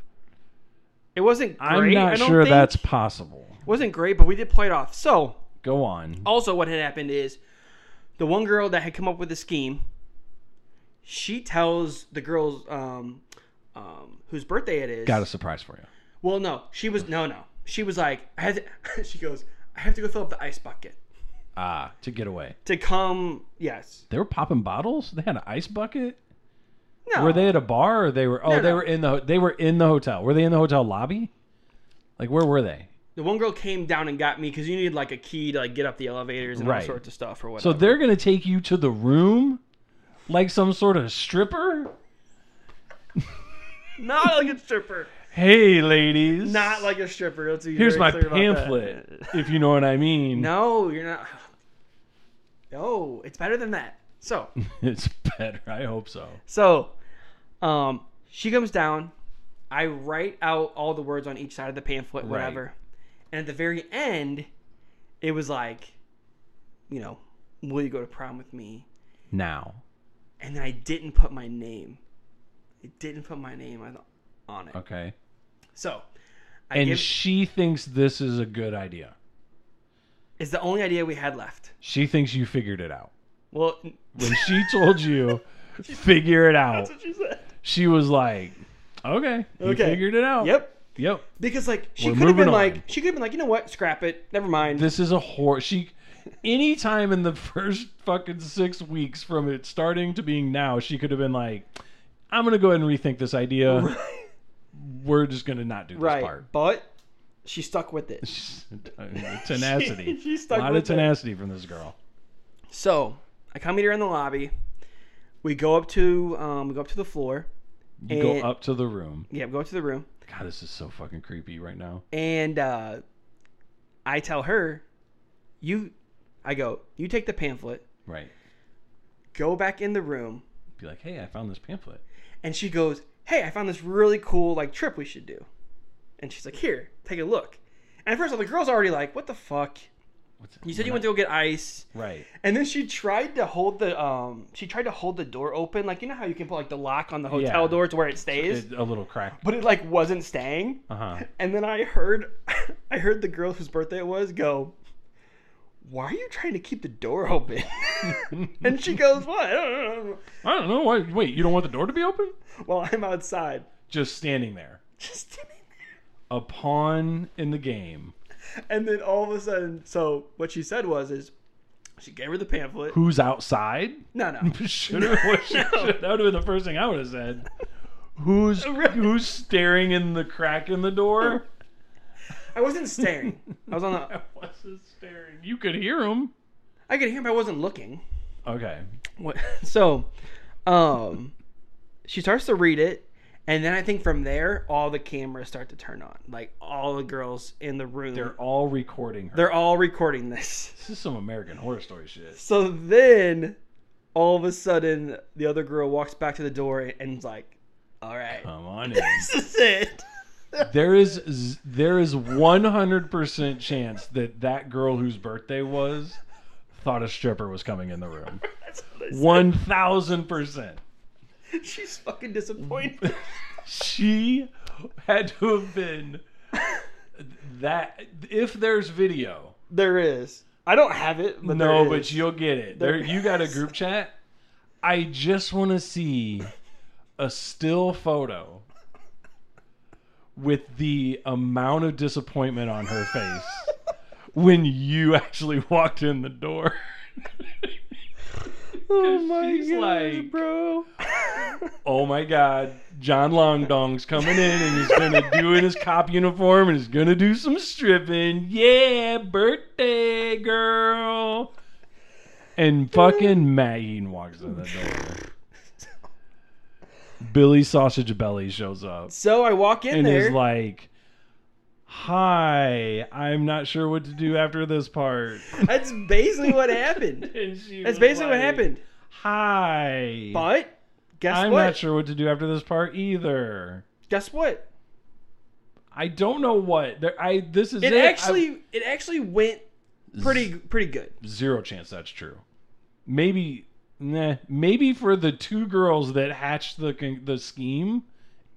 It wasn't great. I'm I not don't sure think. that's possible. It wasn't great, but we did play it off. So Go on. also what had happened is the one girl that had come up with the scheme she tells the girls um, um, whose birthday it is Got a surprise for you. well no she was no no she was like i had to she goes i have to go fill up the ice bucket Ah, to get away. to come yes They were popping bottles. They had an ice bucket. no Were they at a bar or they were? Oh, No, they no. were in the they were in the hotel. Were they in the hotel lobby? Like where were they? the one girl came down and got me because you need like a key to like get up the elevators and Right. all sorts of stuff or So whatever they're gonna take you to the room, like some sort of stripper. not like a stripper Hey, ladies, not like a stripper Let's be here's very my clear about that. pamphlet, if you know what I mean. no you're not no it's better than that so it's better. I hope so. So, um, she comes down. I write out all the words on each side of the pamphlet, Right. whatever. And at the very end, it was like, you know, will you go to prom with me? Now, And then I didn't put my name. I didn't put my name on- on it. okay, So, I Uh. and give, she thinks this is a good idea. it's the only idea we had left. She thinks you figured it out Well, when she told you, figure it out. that's what she said. She was like, okay, you Okay. figured it out. Yep. Yep. Because like she We're could have moving been on. like she could have been like you know what scrap it never mind This is a horror. She, anytime in the first fucking six weeks from it starting to being now, she could have been like, "I'm gonna go ahead and rethink this idea. We're just gonna not do this right part." but she stuck with it tenacity. She- she stuck a lot with of it. tenacity from this girl. So I come meet her in the lobby. We go up to um, we go up to the floor. You go And- up to the room. Yeah, we go up to the room, God, this is so fucking creepy right now. and uh, I tell her, "You," I go, "You take the pamphlet, Right. go back in the room," Be like, "Hey, I found this pamphlet." and she goes, "Hey, I found this really cool like trip we should do," and she's like, "Here, take a look." And at first, all the girls are already like, "What the fuck?" What's You said you went to go get ice. Right. And then she tried to hold the um she tried to hold the door open like you know how you can put like the lock on the hotel Yeah. door to where it stays It- a little crack. but it like wasn't staying. Uh huh. And then I heard, I heard the girl whose birthday it was go, "Why are you trying to keep the door open?" and she goes, "What? I don't know. I don't know. Why, wait, you don't want the door to be open? Well, I'm outside, Just standing there. just standing there." A pawn in the game. And then all of a sudden, so what she said was, is she gave her the pamphlet. Who's outside? No, no, should have. That would have been the first thing I would have said. Who's who's staring in the crack in the door? I wasn't staring. I was on the. I wasn't staring. You could hear him. I could hear, him, but I wasn't looking. Okay. What? So, um, she starts to read it, and then I think from there, all the cameras start to turn on. Like all the girls in the room, They're they're, all recording her. all recording this. This is some American Horror Story shit. So then, all of a sudden, the other girl walks back to the door and's like, "All right, Come on in. this is it." There is z- there is one hundred percent chance that that girl whose birthday was thought a stripper was coming in the room. That's what I said. One thousand percent. She's fucking disappointed. she had to have been that if there's video there is. I don't have it. But no there but is. you'll get it there, There you got a group chat i just want to see a still photo with the amount of disappointment on her face when you actually walked in the door Oh my she's god, like- bro! oh my god John Long Dong's coming in and he's gonna do in his cop uniform and he's gonna do some stripping. Yeah, birthday girl. And fucking Matt Eaton walks in the door. Billy Sausage Belly shows up So I walk in and there. is like, "Hi, I'm not sure what to do after this part." That's basically what happened. And she That's was basically what like, happened. Hi, But guess I'm what? not sure what to do after this part either. Guess what? I don't know what. There, I this is It I- actually it actually went pretty pretty good. zero chance that's true. Maybe nah, maybe for the two girls that hatched the con- the scheme,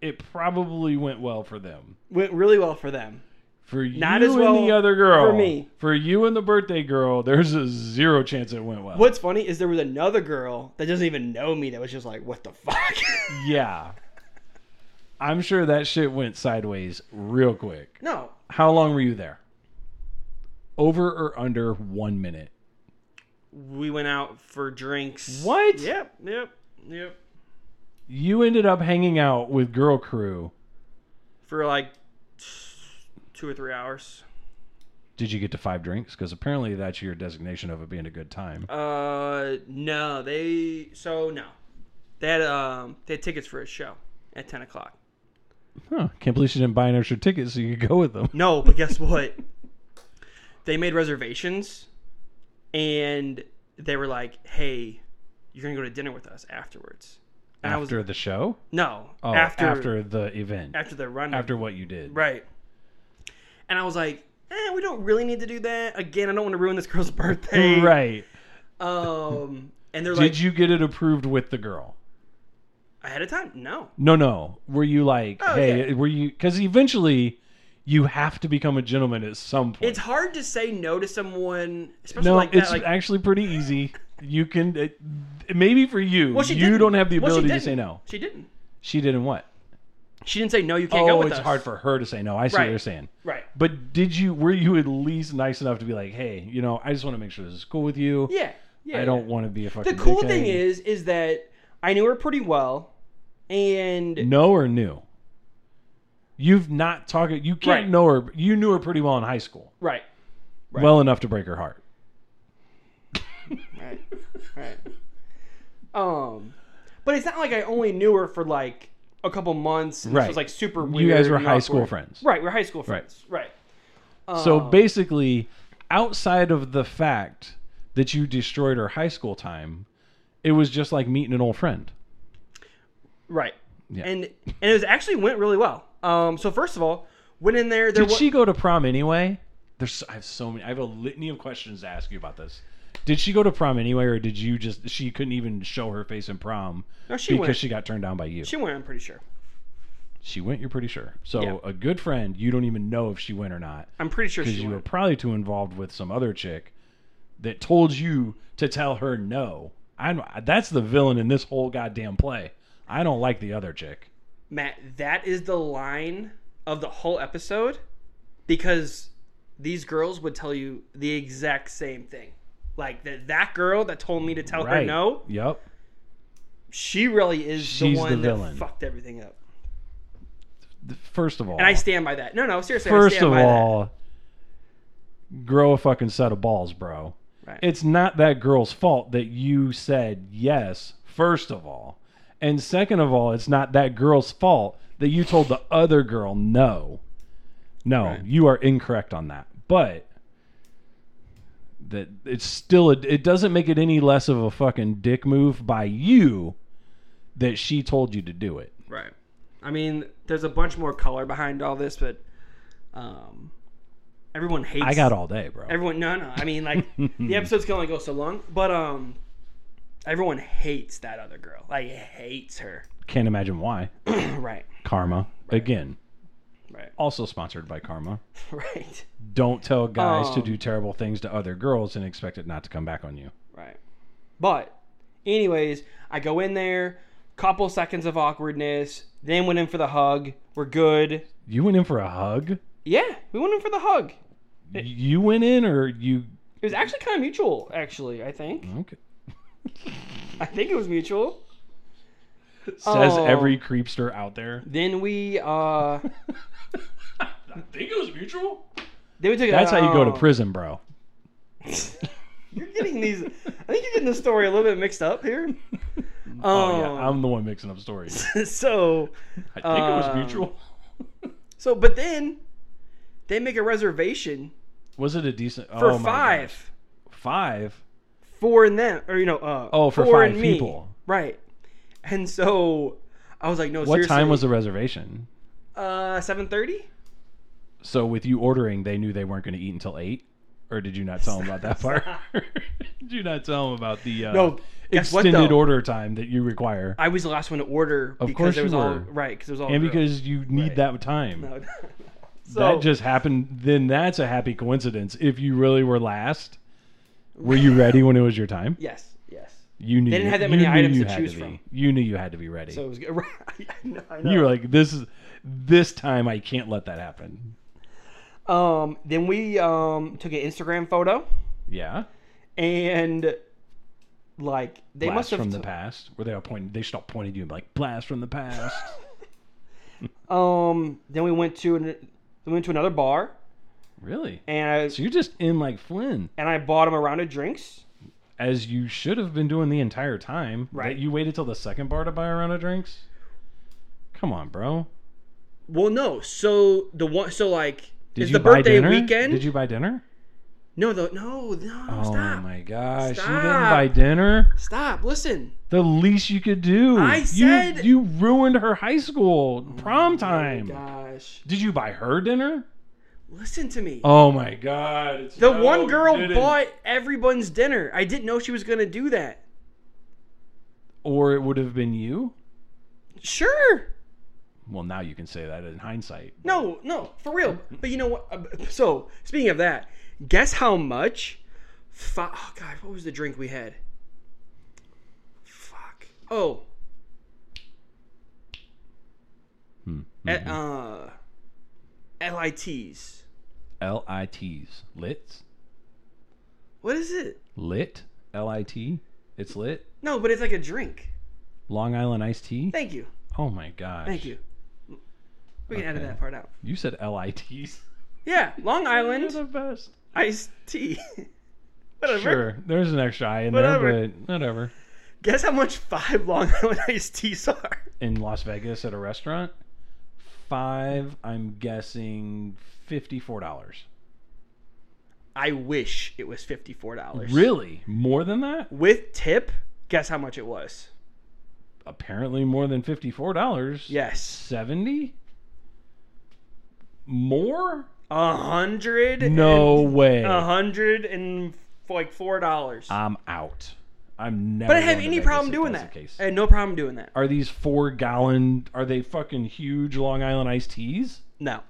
it probably went well for them. Went really well for them. For you Not as and well the other girl, for me. for you and the birthday girl, there's a zero chance it went well. What's funny is there was another girl that doesn't even know me that was just like, "What the fuck?" Yeah, I'm sure that shit went sideways real quick. no, How long were you there? Over or under one minute? we went out for drinks. What? Yep, yep, yep. You ended up hanging out with girl crew. For like two or three hours. Did you get to five drinks? Because apparently that's your designation of it being a good time. Uh, no, they so no, they had um they had tickets for a show at ten o'clock. Huh. Can't believe she didn't buy an extra ticket so you could go with them. No, but guess what? they made reservations, and they were like, "Hey, you're gonna go to dinner with us afterwards." And I was After the show? no Oh, after after, after the event. After, after the run what you did. right. And I was like, "Eh, we don't really need to do that again. I don't want to ruin this girl's birthday." Right. Um, and they're did like, you get it approved with the girl? "Ahead of time? No." No, no. Were you like, Oh, hey, were you. Because eventually you have to become a gentleman at some point. It's hard to say no to someone, especially no, like it's that. Like, actually pretty easy. You can. It, maybe for you, well, she you didn't. don't have the Well, she ability to didn't. say no. She didn't. She didn't what? She didn't say no. You can't go Oh, with it's us." hard for her to say no. I see Right. what you're saying. Right. But did you were you at least nice enough to be like, hey, you know, I just want to make sure this is cool with you. Yeah. Yeah. I don't want to be a fucking. The cool thing dickhead." is, is that I knew her pretty well, and no or new. You've not talked. You can't Right. know her. You knew her pretty well in high school, right, Right. well enough to break her heart. right, right. Um, but it's not like I only knew her for like a couple months. And Right. It was like super You weird. guys were and high school awkward. friends. Right. We're high school friends. Right. So Um, basically, outside of the fact that you destroyed her high school time, it was just like meeting an old friend. Right. Yeah. And and it was actually went really well. Um. So first of all, went in there. There Did was she go to prom anyway? There's I have so many. I have a litany of questions to ask you about this. Did she go to prom anyway, or did you just she couldn't even show her face in prom no. She because went. She, she got turned down by you? She, went. I'm pretty sure. went. You're pretty sure. So Yeah. a good friend, you don't even know if she went or not I'm pretty sure because she you were went. probably too involved with some other chick that told you to tell her no. I'm that's the villain in this whole goddamn play. I don't like the other chick. Matt, that is the line of the whole episode because these girls would tell you the exact same thing. Like that that girl that told me to tell her no, Yep. she really is She's the the one that villain. fucked everything up. First of all, And I stand by that. No, no, seriously. I First stand of by all, grow a fucking set of balls, bro. that. Right. It's not that girl's fault that you said yes, first of all. And second of all, it's not that girl's fault that you told the other girl no. No, Right. you are incorrect on that. But that it's still a, it doesn't make it any less of a fucking dick move by you that she told you to do it. right. I mean, there's a bunch more color behind all this, but um, everyone hates. I got all day, bro. Everyone, no, no. I mean, like the episode's can only go so long, but um, everyone hates that other girl. Like hates her. Can't imagine why. right, Karma again. right, also sponsored by Karma. right, Don't tell guys to Um, do terrible things to other girls and expect it not to come back on you. right. But, anyways, I go in there. Couple seconds of awkwardness. Then went in for the hug. We're good. You went in for a hug? Yeah, we went in for the hug. you went in or you It was actually kind of mutual, actually. I think. okay. I think it was mutual. Says Oh. every creepster out there. Then we uh I think it was mutual. then we took That's how you go to oh. prison, bro. You're getting these I think you're getting the story a little bit mixed up here. Oh, yeah, Um, I'm the one mixing up stories. so I think it was Um, mutual. so but then they make a reservation Was it a decent for oh my five. gosh. Five? four and them or you know uh Oh, for four five and me. people. right and so i was like no What seriously. time was the reservation? uh 7.30 So with you ordering, they knew they weren't going to eat until eight, or did you not tell them about that part? did you not tell them about the uh, No, guess what, extended though? order time that you require, i was the last one to order Of because course it was you all were. right because it was all and girls. because you need Right. that time? No, no. so that just happened. Then that's a happy coincidence. If you really were last, were you ready when it was your time? yes yes You knew They didn't have that you many knew items you to had choose be. from. You knew you had to be ready. so it was good I know, I know. you were like, this is this time I can't let that happen. um then we um took an instagram photo Yeah, and like they blast must have from the t- past. Where they all pointed, they stopped pointing at you and be like blast from the past. um then we went to an, then we went to another bar really? and i So you're just in like Flynn, and i bought him a round of drinks as you should have been doing the entire time. Right. That you waited till the second bar to buy a round of drinks. Come on, bro. Well, no. So the one, so like, Did it's you the buy birthday dinner? weekend. Did you buy dinner? No, the, no, no, no. oh stop, my gosh, you didn't Stop. buy dinner. stop. Listen, The least you could do. I you, said- you ruined her high school prom Oh my time. gosh, Did you buy her dinner? listen to me. Oh my god. it's- the no, one you girl didn't. bought everyone's dinner. I didn't know she was gonna do that. or it would have been you. Sure. Well, now you can say that in hindsight. No, no, for real. But you know what? Uh, So speaking of that, guess how much? Fi- oh God, what was the drink we had? Fuck. Oh. Hmm. At, E, uh, LITs. L I T's. Lits. What is it? Lit. L I T. It's lit. No, but it's like a drink. Long Island iced tea. Thank you. Oh my gosh. Thank you. We can edit Okay. that part out. You said L I T's. Yeah, Long You're Island the best. iced tea. Whatever. Sure. There's an extra I in Whatever. there, but whatever. Guess how much five Long Island iced teas are? In Las Vegas at a restaurant, five, I'm guessing $54. I wish it was fifty-four dollars. Really? More than that? With tip? Guess how much it was? Apparently more than $54. Yes, 70 More? a hundred. No way. A hundred and f- like four dollars. I'm out. I'm never. but I didn't have going to any Vegas problem if doing that's that. the case. I had no problem doing that. Are these four gallon? Are they fucking huge Long Island iced teas? No,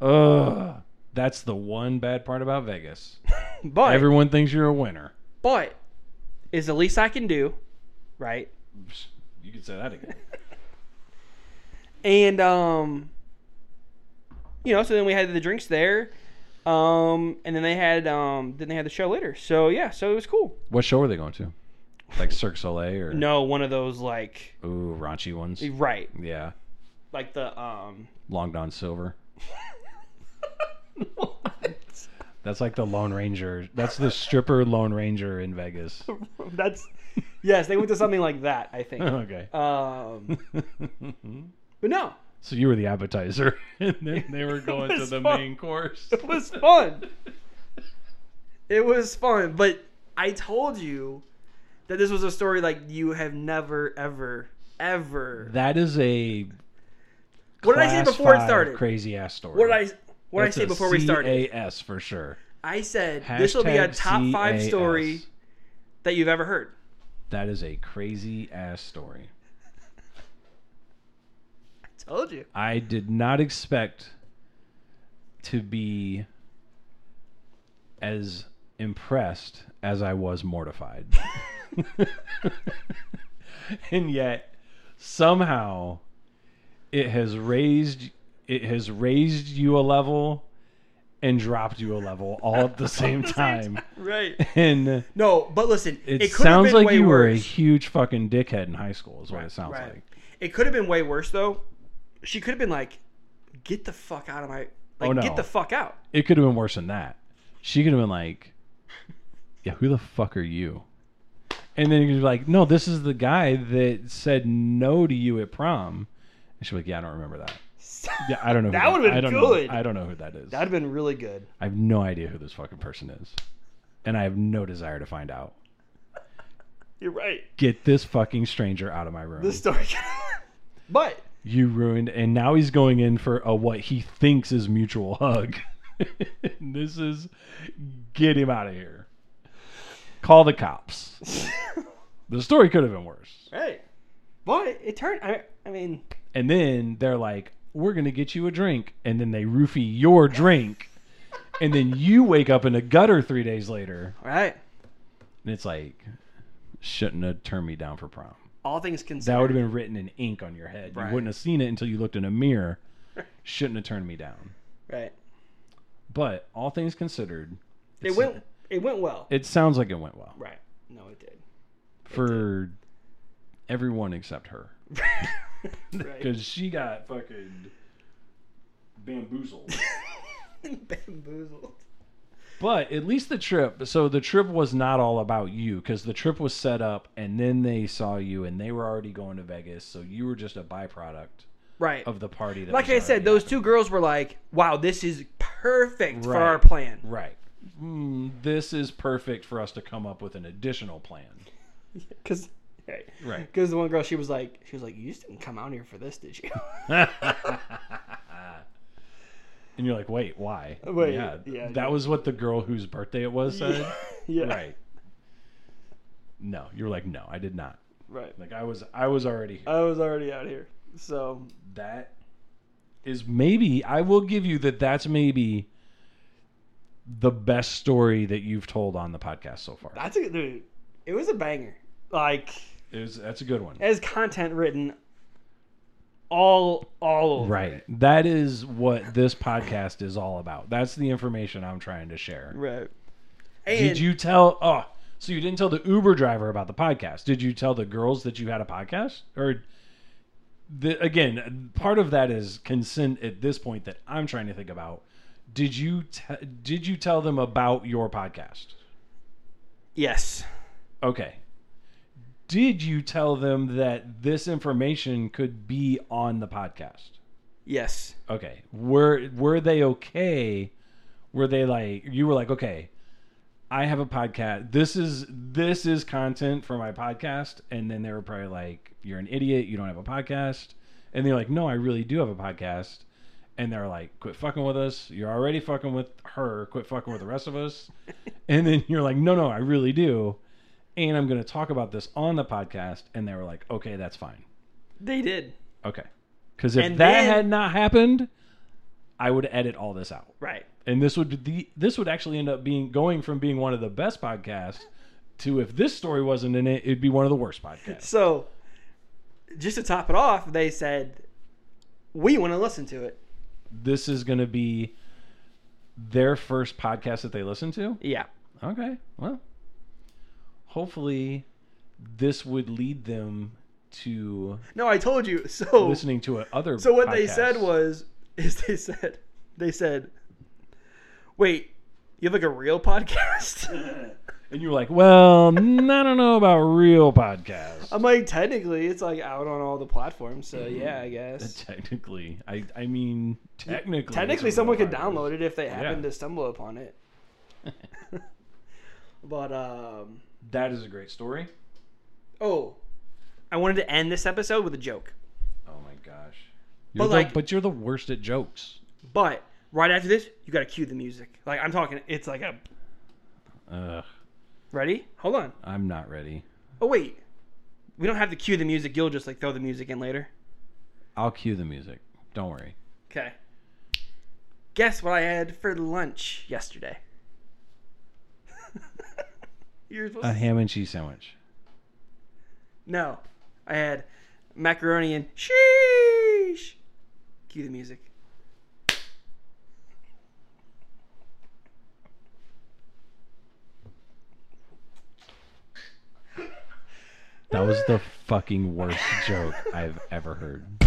Ugh. That's the one bad part about Vegas. but Everyone thinks you're a winner. but is the least I can do, right? Psh, You can say that again. And um you know, so then we had the drinks there. Um and then they had um then they had the show later. So yeah, so it was cool. What show are they going to? Like Cirque du Soleil or No, one of those like ooh raunchy ones? right, Yeah, like the um Long Don Silver. That's like the Lone Ranger. That's the stripper Lone Ranger in Vegas. that's yes, they went to something like that, I think. Okay. Um but no, So you were the appetizer, and then they were going to was the fun. main course. it was fun. It was fun, but I told you that this was a story like you have never ever ever That is a What did I say class before it five started? Crazy ass story. What did I what That's did I say a before we started? CAS for sure. I said this will be a Hashtag top five CAS. story that you've ever heard. That is a crazy ass story. I told you. I did not expect to be as impressed as I was mortified. and yet somehow it has raised it has raised you a level and dropped you a level all at the same time. Right. And No, but listen, it, it, could have sounds been like way you were a worse. huge fucking dickhead in high school is what it sounds Right. like. It could have been way worse though. She could have been like, "Get the fuck out of my like, Oh, no. get the fuck out." It could have been worse than that. She could have been like, "Yeah, who the fuck are you?" And then you're like, "No, this is the guy that said no to you at prom." And she's like, "Yeah, I don't remember that. Yeah, I don't know. Who That would've been I don't good. Know, I don't know who that is. That'd have been really good. I have no idea who this fucking person is, and I have no desire to find out. You're right. Get this fucking stranger out of my room. This story, but you ruined and now he's going in for a what he thinks is mutual hug this is get him out of here call the cops the story could have been worse right, but it turned. I, I mean, and then they're like we're gonna get you a drink and then they roofie your drink and then you wake up in a gutter three days later all right. and it's like shouldn't have turned me down for prom All things that considered, would have been written in ink on your head Right. you wouldn't have seen it until you looked in a mirror shouldn't have turned me down right. But all things considered, It it's- went. It went well. It sounds like it went well right. No, it did. for everyone except her, right. because she got fucking bamboozled. Bamboozled. but at least the trip. So the trip was not all about you, because the trip was set up, and then they saw you, and they were already going to Vegas, so you were just a byproduct Right. of the party. That like was I said, already those happening. two girls were like, "Wow, this is perfect for Right. our plan." Right. Mm, this is perfect for us to come up with an additional plan. Because, Right. Because the one girl, she was like, she was like, "You just didn't come out here for this, did you?" And you're like, wait, why? Wait, yeah, yeah, that yeah. was what the girl whose birthday it was said. yeah. Right. No, you were like, no, I did not. Right. Like, I was, I was already. I was already out here, so that is maybe. I will give you that. That's maybe the best story that you've told on the podcast so far. that's a dude. It was a banger. Like, It was, that's a good one. as content written, all all over. Right. That is what this podcast is all about. That's the information I'm trying to share. Right. Did you tell? Oh, so you didn't tell the Uber driver about the podcast? Did you tell the girls that you had a podcast? Or the, again, part of that is consent at this point that I'm trying to think about. Did you te- did you tell them about your podcast? Yes. Okay. Did you tell them that this information could be on the podcast? Yes. Okay. Were were they okay? Were they like you were like, okay, I have a podcast. This is this is content for my podcast. And then they were probably like, You're an idiot, you don't have a podcast. And they're like, No, I really do have a podcast. And they're like, Quit fucking with us. You're already fucking with her, quit fucking with the rest of us. and then you're like, No, no, I really do. And I'm gonna talk about this on the podcast. And they were like, Okay, that's fine. They did. Okay. Because if And that then- had not happened, I would edit all this out, Right. and this would be this would actually end up being going from being one of the best podcasts to if this story wasn't in it, it'd be one of the worst podcasts. So, just to top it off, they said, "We want to listen to it." This is going to be their first podcast that they listen to. Yeah. Okay, well, hopefully, this would lead them to No, I told you. So listening to a other. Oh. So what they podcasts. said was, is they said, they said, wait, you have like a real podcast? and you were like, "Well, n- I don't know about real podcasts." I'm like, technically, it's like out on all the platforms. So yeah, I guess. Technically, I I mean technically. Technically, it's a someone real could podcast. download it if they happened Yeah. to stumble upon it. but um, That is a great story. oh, I wanted to end this episode with a joke. Oh my gosh. But, You're the- like- but you're the worst at jokes. But right after this, you got to cue the music. Like I'm talking, it's like a Ugh, ready. Hold on. I'm not ready. Oh wait, we don't have to cue the music. You'll just like throw the music in later. I'll cue the music. Don't worry. Okay. Guess what I had for lunch yesterday? You're supposed A to- ham and cheese sandwich. No. I had macaroni and sheesh. Cue the music. That was the fucking worst joke I've ever heard.